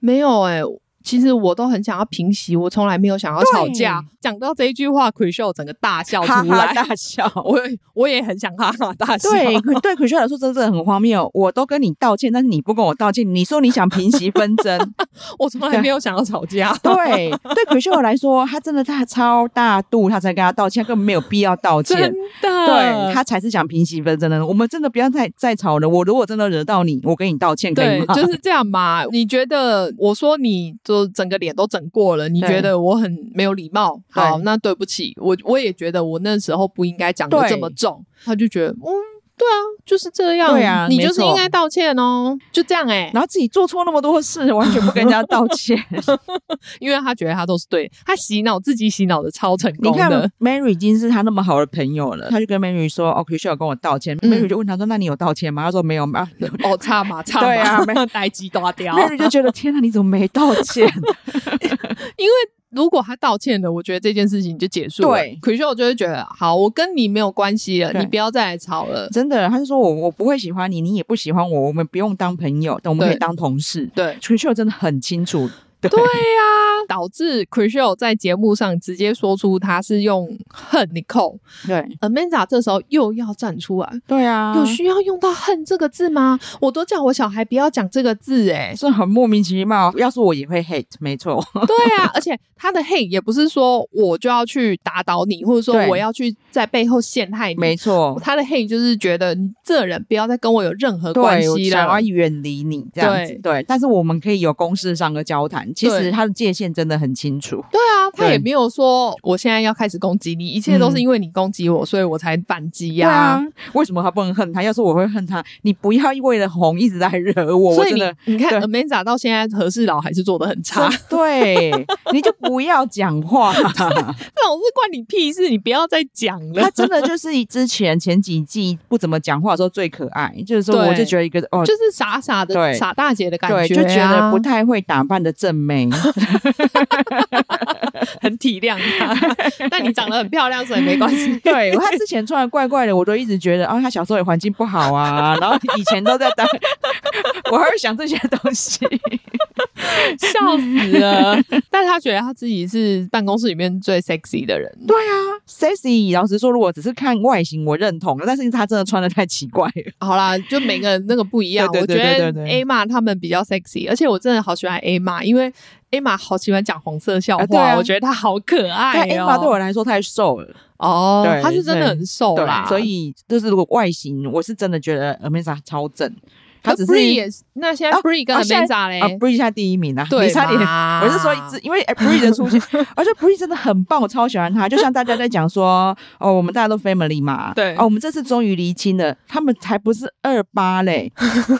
[SPEAKER 2] 没有哎、其实我都很想要平息，我从来没有想要吵架。讲到这一句话，奎秀整个大笑出
[SPEAKER 1] 哈
[SPEAKER 2] 来，
[SPEAKER 1] 哈 大笑。
[SPEAKER 2] 我我也很想哈哈大笑。
[SPEAKER 1] 对对，可是来说真的很荒谬。我都跟你道歉，但是你不跟我道歉，你说你想平息纷 争。
[SPEAKER 2] 我从来没有想要吵架。
[SPEAKER 1] 对对，可秀来说，他真的他超大度，他才跟他道歉，根本没有必要道
[SPEAKER 2] 真
[SPEAKER 1] 歉。
[SPEAKER 2] 的，
[SPEAKER 1] 对他才是想平息纷争的。我们真的不要再再吵了。我如果真的惹到你，我跟你道歉可以
[SPEAKER 2] 对，
[SPEAKER 1] 吗？
[SPEAKER 2] 就是这样嘛。你觉得我说你就整个脸都整过了，你
[SPEAKER 1] 对
[SPEAKER 2] 觉得我很没有礼貌？
[SPEAKER 1] 对
[SPEAKER 2] 好，那对不起，我我也觉得我那时候不应该讲的
[SPEAKER 1] 对
[SPEAKER 2] 这么重。他就觉得，嗯，对啊，就是这样，
[SPEAKER 1] 对啊
[SPEAKER 2] 你
[SPEAKER 1] 没
[SPEAKER 2] 就是
[SPEAKER 1] 错
[SPEAKER 2] 应该道歉哦，就这样哎、
[SPEAKER 1] 然后自己做错那么多事，完全不跟人家道歉。
[SPEAKER 2] 因为他觉得他都是对，他洗脑自己洗脑的超成
[SPEAKER 1] 你
[SPEAKER 2] 功
[SPEAKER 1] 看
[SPEAKER 2] 的。
[SPEAKER 1] ，Mary 已经是他那么好的朋友了，他就跟 Mary 说：“哦 c r i s t a 跟我道歉。
[SPEAKER 2] 嗯
[SPEAKER 1] Mary 就问他说：“那你有道歉吗？”他说：“没有。”啊
[SPEAKER 2] 哦，差嘛差
[SPEAKER 1] 对啊
[SPEAKER 2] 嘛， 呆鸡大雕。
[SPEAKER 1] ，Mary 就觉得：“天哪，你怎么没道歉
[SPEAKER 2] 如果他道歉了，我觉得这件事情就结束了。
[SPEAKER 1] 对
[SPEAKER 2] 可是我就会觉得，好，我跟你没有关系了，
[SPEAKER 1] 对。
[SPEAKER 2] 你不要再来吵了？”
[SPEAKER 1] 真的，他就说我：“我不会喜欢你，你也不喜欢我，我们不用当朋友，但我们可以
[SPEAKER 2] 对
[SPEAKER 1] 当同事。
[SPEAKER 2] 对，”
[SPEAKER 1] c r i s t a 真的很清楚，对
[SPEAKER 2] 对呀、导致 c r i s h e l 在节目上直接说出他是用恨 Nicole。
[SPEAKER 1] 对
[SPEAKER 2] Amanda 这时候又要站出来，
[SPEAKER 1] 对啊，
[SPEAKER 2] 有需要用到恨这个字吗？我都叫我小孩不要讲这个字、 欸，
[SPEAKER 1] 是很莫名其妙。要是我也会 hate，没 错。
[SPEAKER 2] 对啊，而且他的 hate 也不是说我就要去打倒你，或者说
[SPEAKER 1] 对
[SPEAKER 2] 我要去在背后陷害你。
[SPEAKER 1] 没错，
[SPEAKER 2] 他的 hate 就是觉得你这人不要再跟我有任何关
[SPEAKER 1] 对，我
[SPEAKER 2] 系
[SPEAKER 1] 想
[SPEAKER 2] 了
[SPEAKER 1] 要。远离你这样子。对，但是我们可以有公事上的交谈。其
[SPEAKER 2] 对
[SPEAKER 1] 实他的界限真的很清楚。
[SPEAKER 2] 对啊，他
[SPEAKER 1] 对嗯
[SPEAKER 2] 也没有说我现在要开始攻击你，一切都是因为你攻击我，所以我才反击
[SPEAKER 1] 对
[SPEAKER 2] 呀、
[SPEAKER 1] 啊，为什么他不能恨他？要是我会恨他，你不要为了红一直在惹我，我
[SPEAKER 2] 所以
[SPEAKER 1] 真
[SPEAKER 2] 你
[SPEAKER 1] 的
[SPEAKER 2] 你看
[SPEAKER 1] 对
[SPEAKER 2] ，Amanda 到现在和事佬还是做的很差，
[SPEAKER 1] 真对，你就不要讲话。
[SPEAKER 2] 这种事关你屁事，你不要再讲
[SPEAKER 1] 他
[SPEAKER 2] 了。
[SPEAKER 1] 真的就是之前前几季不怎么讲话的时候最可爱，就是说我
[SPEAKER 2] 对
[SPEAKER 1] 就觉得一个哦，
[SPEAKER 2] 就是傻傻的
[SPEAKER 1] 对
[SPEAKER 2] 傻大姐的感觉、
[SPEAKER 1] 对，
[SPEAKER 2] 啊，
[SPEAKER 1] 就觉得不太会打扮的正妹，
[SPEAKER 2] 很体谅她。 但你长得很漂亮，所以没关 系。
[SPEAKER 1] 对他之前穿的怪怪的，我都一直觉得，哦，他小时候也环境不好啊，然后以前都在当， 我还会想这些东西。
[SPEAKER 2] 笑死了！ 但他觉得他自己是办公室里面最 sexy 的人，
[SPEAKER 1] 对啊，Sassy，老实说，如果只是看外形，我认同，但是他真的穿的太奇怪了。
[SPEAKER 2] 好啦，就每个人那个不一样。
[SPEAKER 1] 对对对对
[SPEAKER 2] 我觉
[SPEAKER 1] 对
[SPEAKER 2] 得
[SPEAKER 1] 对
[SPEAKER 2] A 玛他们比较 sexy，而且我真的好喜欢 A 玛，因为 A 玛好喜欢讲黄色笑
[SPEAKER 1] 啊对
[SPEAKER 2] 话，
[SPEAKER 1] 啊
[SPEAKER 2] 我觉得她好可
[SPEAKER 1] 但
[SPEAKER 2] 爱
[SPEAKER 1] e
[SPEAKER 2] 哦、
[SPEAKER 1] m 对我来说太瘦了，
[SPEAKER 2] 哦
[SPEAKER 1] 对，
[SPEAKER 2] 她是真的很瘦
[SPEAKER 1] 对
[SPEAKER 2] 啦，
[SPEAKER 1] 所以就是如果外形，我是真的觉得 Amanda 超正，
[SPEAKER 2] 可
[SPEAKER 1] 她只
[SPEAKER 2] Bree
[SPEAKER 1] 是
[SPEAKER 2] 也是那现在
[SPEAKER 1] 啊
[SPEAKER 2] Bree 跟
[SPEAKER 1] 啊现在
[SPEAKER 2] Amanda 嘞、
[SPEAKER 1] 啊，Bree 现在第一名啊，
[SPEAKER 2] 对
[SPEAKER 1] 你差点。
[SPEAKER 2] 嘛
[SPEAKER 1] 我是说一 直，因为 Bree 的出现， 而且 Bree 真的很棒，我超喜欢她。就像大家在讲说， 哦，我们大家都 family 嘛，
[SPEAKER 2] 对
[SPEAKER 1] 哦，我们这次终于离清了，他们才不是二八嘞，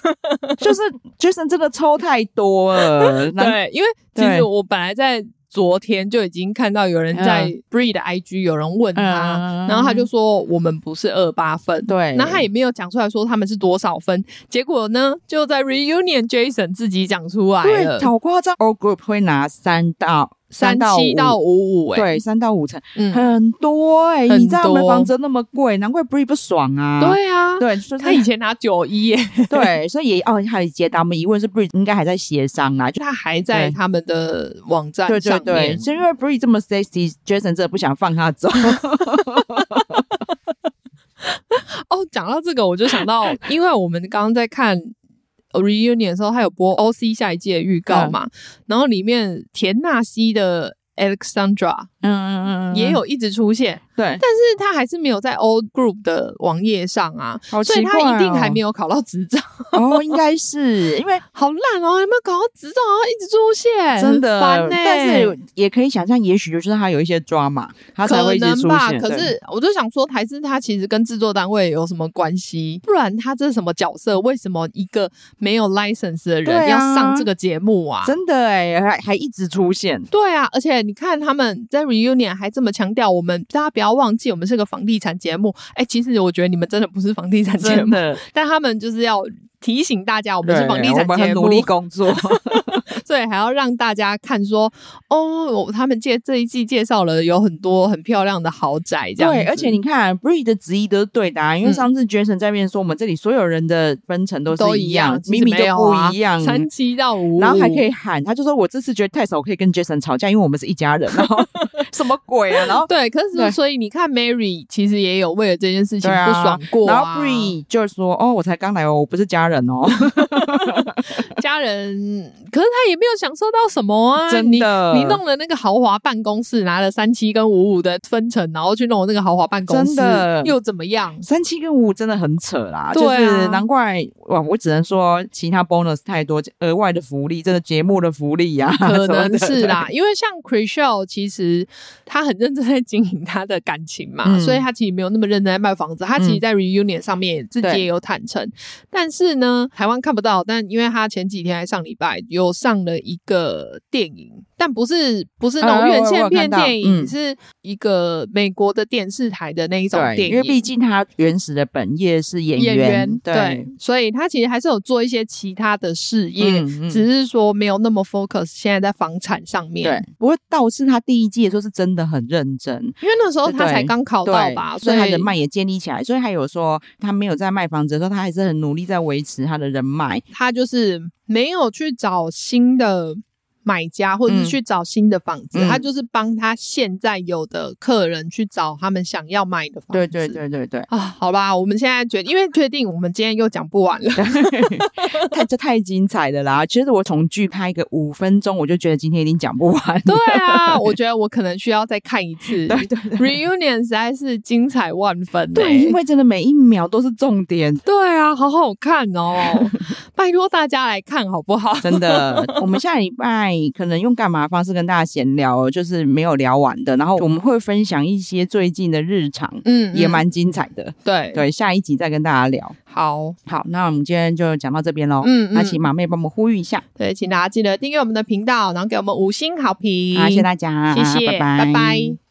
[SPEAKER 1] 就是就是真的抽太多 了，难
[SPEAKER 2] 对，因为其
[SPEAKER 1] 对
[SPEAKER 2] 实我本来在昨天就已经看到有人在 Bree 的 IG 有人问他，
[SPEAKER 1] 嗯
[SPEAKER 2] 然后他就说我们不是二八分，
[SPEAKER 1] 对
[SPEAKER 2] 那他也没有讲出来说他们是多少分，结果呢就在 Reunion Jason 自己讲出来了
[SPEAKER 1] 对，，好夸张。O group 会拿三到
[SPEAKER 2] 三
[SPEAKER 1] 到
[SPEAKER 2] 七到
[SPEAKER 1] 五，
[SPEAKER 2] 五五，哎，
[SPEAKER 1] 对，三到五成，
[SPEAKER 2] 嗯，
[SPEAKER 1] 很多哎、
[SPEAKER 2] 很
[SPEAKER 1] 你知道买
[SPEAKER 2] 多
[SPEAKER 1] 房子那么贵，难怪 Bree 不爽啊。
[SPEAKER 2] 对啊，
[SPEAKER 1] 对，就是
[SPEAKER 2] 他以前拿九一，哎，
[SPEAKER 1] 对，所以也哦，还有解答我们疑问是 Bree 应该还在协商啊啦，就
[SPEAKER 2] 他还在
[SPEAKER 1] 对
[SPEAKER 2] 他们的网站
[SPEAKER 1] 对对
[SPEAKER 2] 上
[SPEAKER 1] 对，
[SPEAKER 2] 面。
[SPEAKER 1] 是因为 Bree 这么 sexy，Jason 真的不想放他走。
[SPEAKER 2] 哦，讲到这个，我就想 到，因为我们刚刚在看 reunion 的时候，他有播 OC 下一季的预告
[SPEAKER 1] 嗯
[SPEAKER 2] 嘛，然后里面田纳西的 Alexandra
[SPEAKER 1] 嗯 嗯
[SPEAKER 2] 也有一直出现，
[SPEAKER 1] 对，
[SPEAKER 2] 但是他还是没有在 O Group 的网页上啊，
[SPEAKER 1] 好
[SPEAKER 2] 所以
[SPEAKER 1] 奇
[SPEAKER 2] 他
[SPEAKER 1] 怪、哦，
[SPEAKER 2] 一定还没有考到执照，
[SPEAKER 1] 哦，应该是因为
[SPEAKER 2] 好烂哦，还没有考到执照，然后一直出现，
[SPEAKER 1] 真的，
[SPEAKER 2] 很烦呢、欸
[SPEAKER 1] 但是也可以想象，也许就是他有一些抓嘛，他才
[SPEAKER 2] 可
[SPEAKER 1] 会一直
[SPEAKER 2] 能
[SPEAKER 1] 出
[SPEAKER 2] 吧，
[SPEAKER 1] 现。
[SPEAKER 2] 可
[SPEAKER 1] 对
[SPEAKER 2] 是我就想说，还是他其实跟制作单位有什么关系？不然他这是什么角色？为什么一个没有 license 的人
[SPEAKER 1] 对啊
[SPEAKER 2] 要上这个节目啊？
[SPEAKER 1] 真的哎，还还一直出现。
[SPEAKER 2] 对啊，而且你看他们在 reunion 还这么强调，我们大家不要忘记，我们是个房地产节目。哎，其实我觉得你们真的不是房地产节
[SPEAKER 1] 真
[SPEAKER 2] 目，
[SPEAKER 1] 的，
[SPEAKER 2] 但他们就是要提醒大家，我们是
[SPEAKER 1] 对
[SPEAKER 2] 房地
[SPEAKER 1] 我
[SPEAKER 2] 产
[SPEAKER 1] 们
[SPEAKER 2] 节
[SPEAKER 1] 很
[SPEAKER 2] 目，
[SPEAKER 1] 努力工 作，
[SPEAKER 2] 所以还要让大家看说，哦，我他们介这一季介绍了有很多很漂亮的豪宅，这样
[SPEAKER 1] 对，
[SPEAKER 2] 子
[SPEAKER 1] 而且你看 Bree 的质疑都是对的、啊，因为
[SPEAKER 2] 嗯
[SPEAKER 1] 上次 Jason 在面说，我们这里所有人的分成都
[SPEAKER 2] 都
[SPEAKER 1] 是
[SPEAKER 2] 一
[SPEAKER 1] 样
[SPEAKER 2] 样，，
[SPEAKER 1] 明明就不一样，
[SPEAKER 2] 啊三七到五，
[SPEAKER 1] 然后还可以喊，他就说我这次觉得太少，我可以跟 Jason 吵架，因为我们是一家人。然后 什么鬼 啊？然后
[SPEAKER 2] 对，可是
[SPEAKER 1] 对
[SPEAKER 2] 所以你看，Mary 其实也有为了这件事情
[SPEAKER 1] 对啊
[SPEAKER 2] 不爽过、
[SPEAKER 1] 然
[SPEAKER 2] 啊，
[SPEAKER 1] 后 Bree 就说哦，我才刚来哦，我不是家人哦，
[SPEAKER 2] 家人，可是他也没有享受到什么啊，
[SPEAKER 1] 真的
[SPEAKER 2] 你，你弄了那个豪华办公室，拿了三七跟五五的分成，然后去弄那个豪华办公室
[SPEAKER 1] 真的，
[SPEAKER 2] 又怎么样？
[SPEAKER 1] 三七跟五真的很扯啦，
[SPEAKER 2] 对啊
[SPEAKER 1] 就是难怪哇，我只能说其他 bonus 太多，额外的福利，真的节目的福利呀、 啊，
[SPEAKER 2] 可
[SPEAKER 1] 什么
[SPEAKER 2] 能
[SPEAKER 1] 的
[SPEAKER 2] 是啦，因为像 c r i s h e l 其实他很认真在经营他的感情嘛，
[SPEAKER 1] 嗯
[SPEAKER 2] 所以他其实没有那么认真在卖房子。他其
[SPEAKER 1] 嗯
[SPEAKER 2] 实，在 reunion 上面自己
[SPEAKER 1] 对
[SPEAKER 2] 也有坦诚，但是呢，台湾看不到。但因为他前几天还上礼拜有上了一个电影，但不是不是那
[SPEAKER 1] 啊
[SPEAKER 2] 种院
[SPEAKER 1] 我
[SPEAKER 2] 线
[SPEAKER 1] 有看
[SPEAKER 2] 片
[SPEAKER 1] 到
[SPEAKER 2] 电影，
[SPEAKER 1] 嗯
[SPEAKER 2] 是一个美国的电视台的那一种
[SPEAKER 1] 对，
[SPEAKER 2] 电
[SPEAKER 1] 因为毕
[SPEAKER 2] 影。
[SPEAKER 1] 竟他原始的本业是演
[SPEAKER 2] 演员
[SPEAKER 1] 对。
[SPEAKER 2] 所以他其实还是有做一些其他的事业，
[SPEAKER 1] 嗯嗯
[SPEAKER 2] 只是说没有那么 focus 现在在房产上面。
[SPEAKER 1] 对，不过倒是他第一季的时候是真的很认真，
[SPEAKER 2] 因为那时候他
[SPEAKER 1] 对
[SPEAKER 2] 才刚考到
[SPEAKER 1] 对
[SPEAKER 2] 吧，所
[SPEAKER 1] 所
[SPEAKER 2] 以
[SPEAKER 1] 以他人脉也建立起来，所以他有说他没有在卖房子的时候，他还是很努力在维持他的人脉。
[SPEAKER 2] 他就是没有去找新的买家，或者是
[SPEAKER 1] 嗯
[SPEAKER 2] 去找新的房子，
[SPEAKER 1] 嗯
[SPEAKER 2] 他就是帮他现在有的客人去找他们想要买的房子。
[SPEAKER 1] 对对。对对对，
[SPEAKER 2] 啊，好吧，我们现在决，因为确定我们今天又讲不 完了。
[SPEAKER 1] 太这太精彩了啦！其实我从剧拍个五分钟，我就觉得今天已经讲不完。
[SPEAKER 2] 对啊，我觉得我可能需要再看一次。
[SPEAKER 1] 对对对
[SPEAKER 2] Reunion 实在是精彩万分、欸。
[SPEAKER 1] 对，因为真的每一秒都是重点，
[SPEAKER 2] 对啊，好好看哦，拜托大家来看好不好？
[SPEAKER 1] 真的。我们下礼拜可能用干嘛的方式跟大家闲聊，哦就是没有聊完的。然后我们会分享一些最近的日常，
[SPEAKER 2] 嗯
[SPEAKER 1] 也蛮精彩的。
[SPEAKER 2] 对，
[SPEAKER 1] 对，下一集再跟大家聊。
[SPEAKER 2] 好，
[SPEAKER 1] 好，那我们今天就讲到这边喽。
[SPEAKER 2] 嗯
[SPEAKER 1] 那
[SPEAKER 2] 嗯
[SPEAKER 1] 请马妹帮我们呼吁一下，
[SPEAKER 2] 对，请大家记得订阅我们的频道，然后给我们五星好评，
[SPEAKER 1] 啊，谢谢大家，
[SPEAKER 2] 谢谢，
[SPEAKER 1] 拜
[SPEAKER 2] 拜拜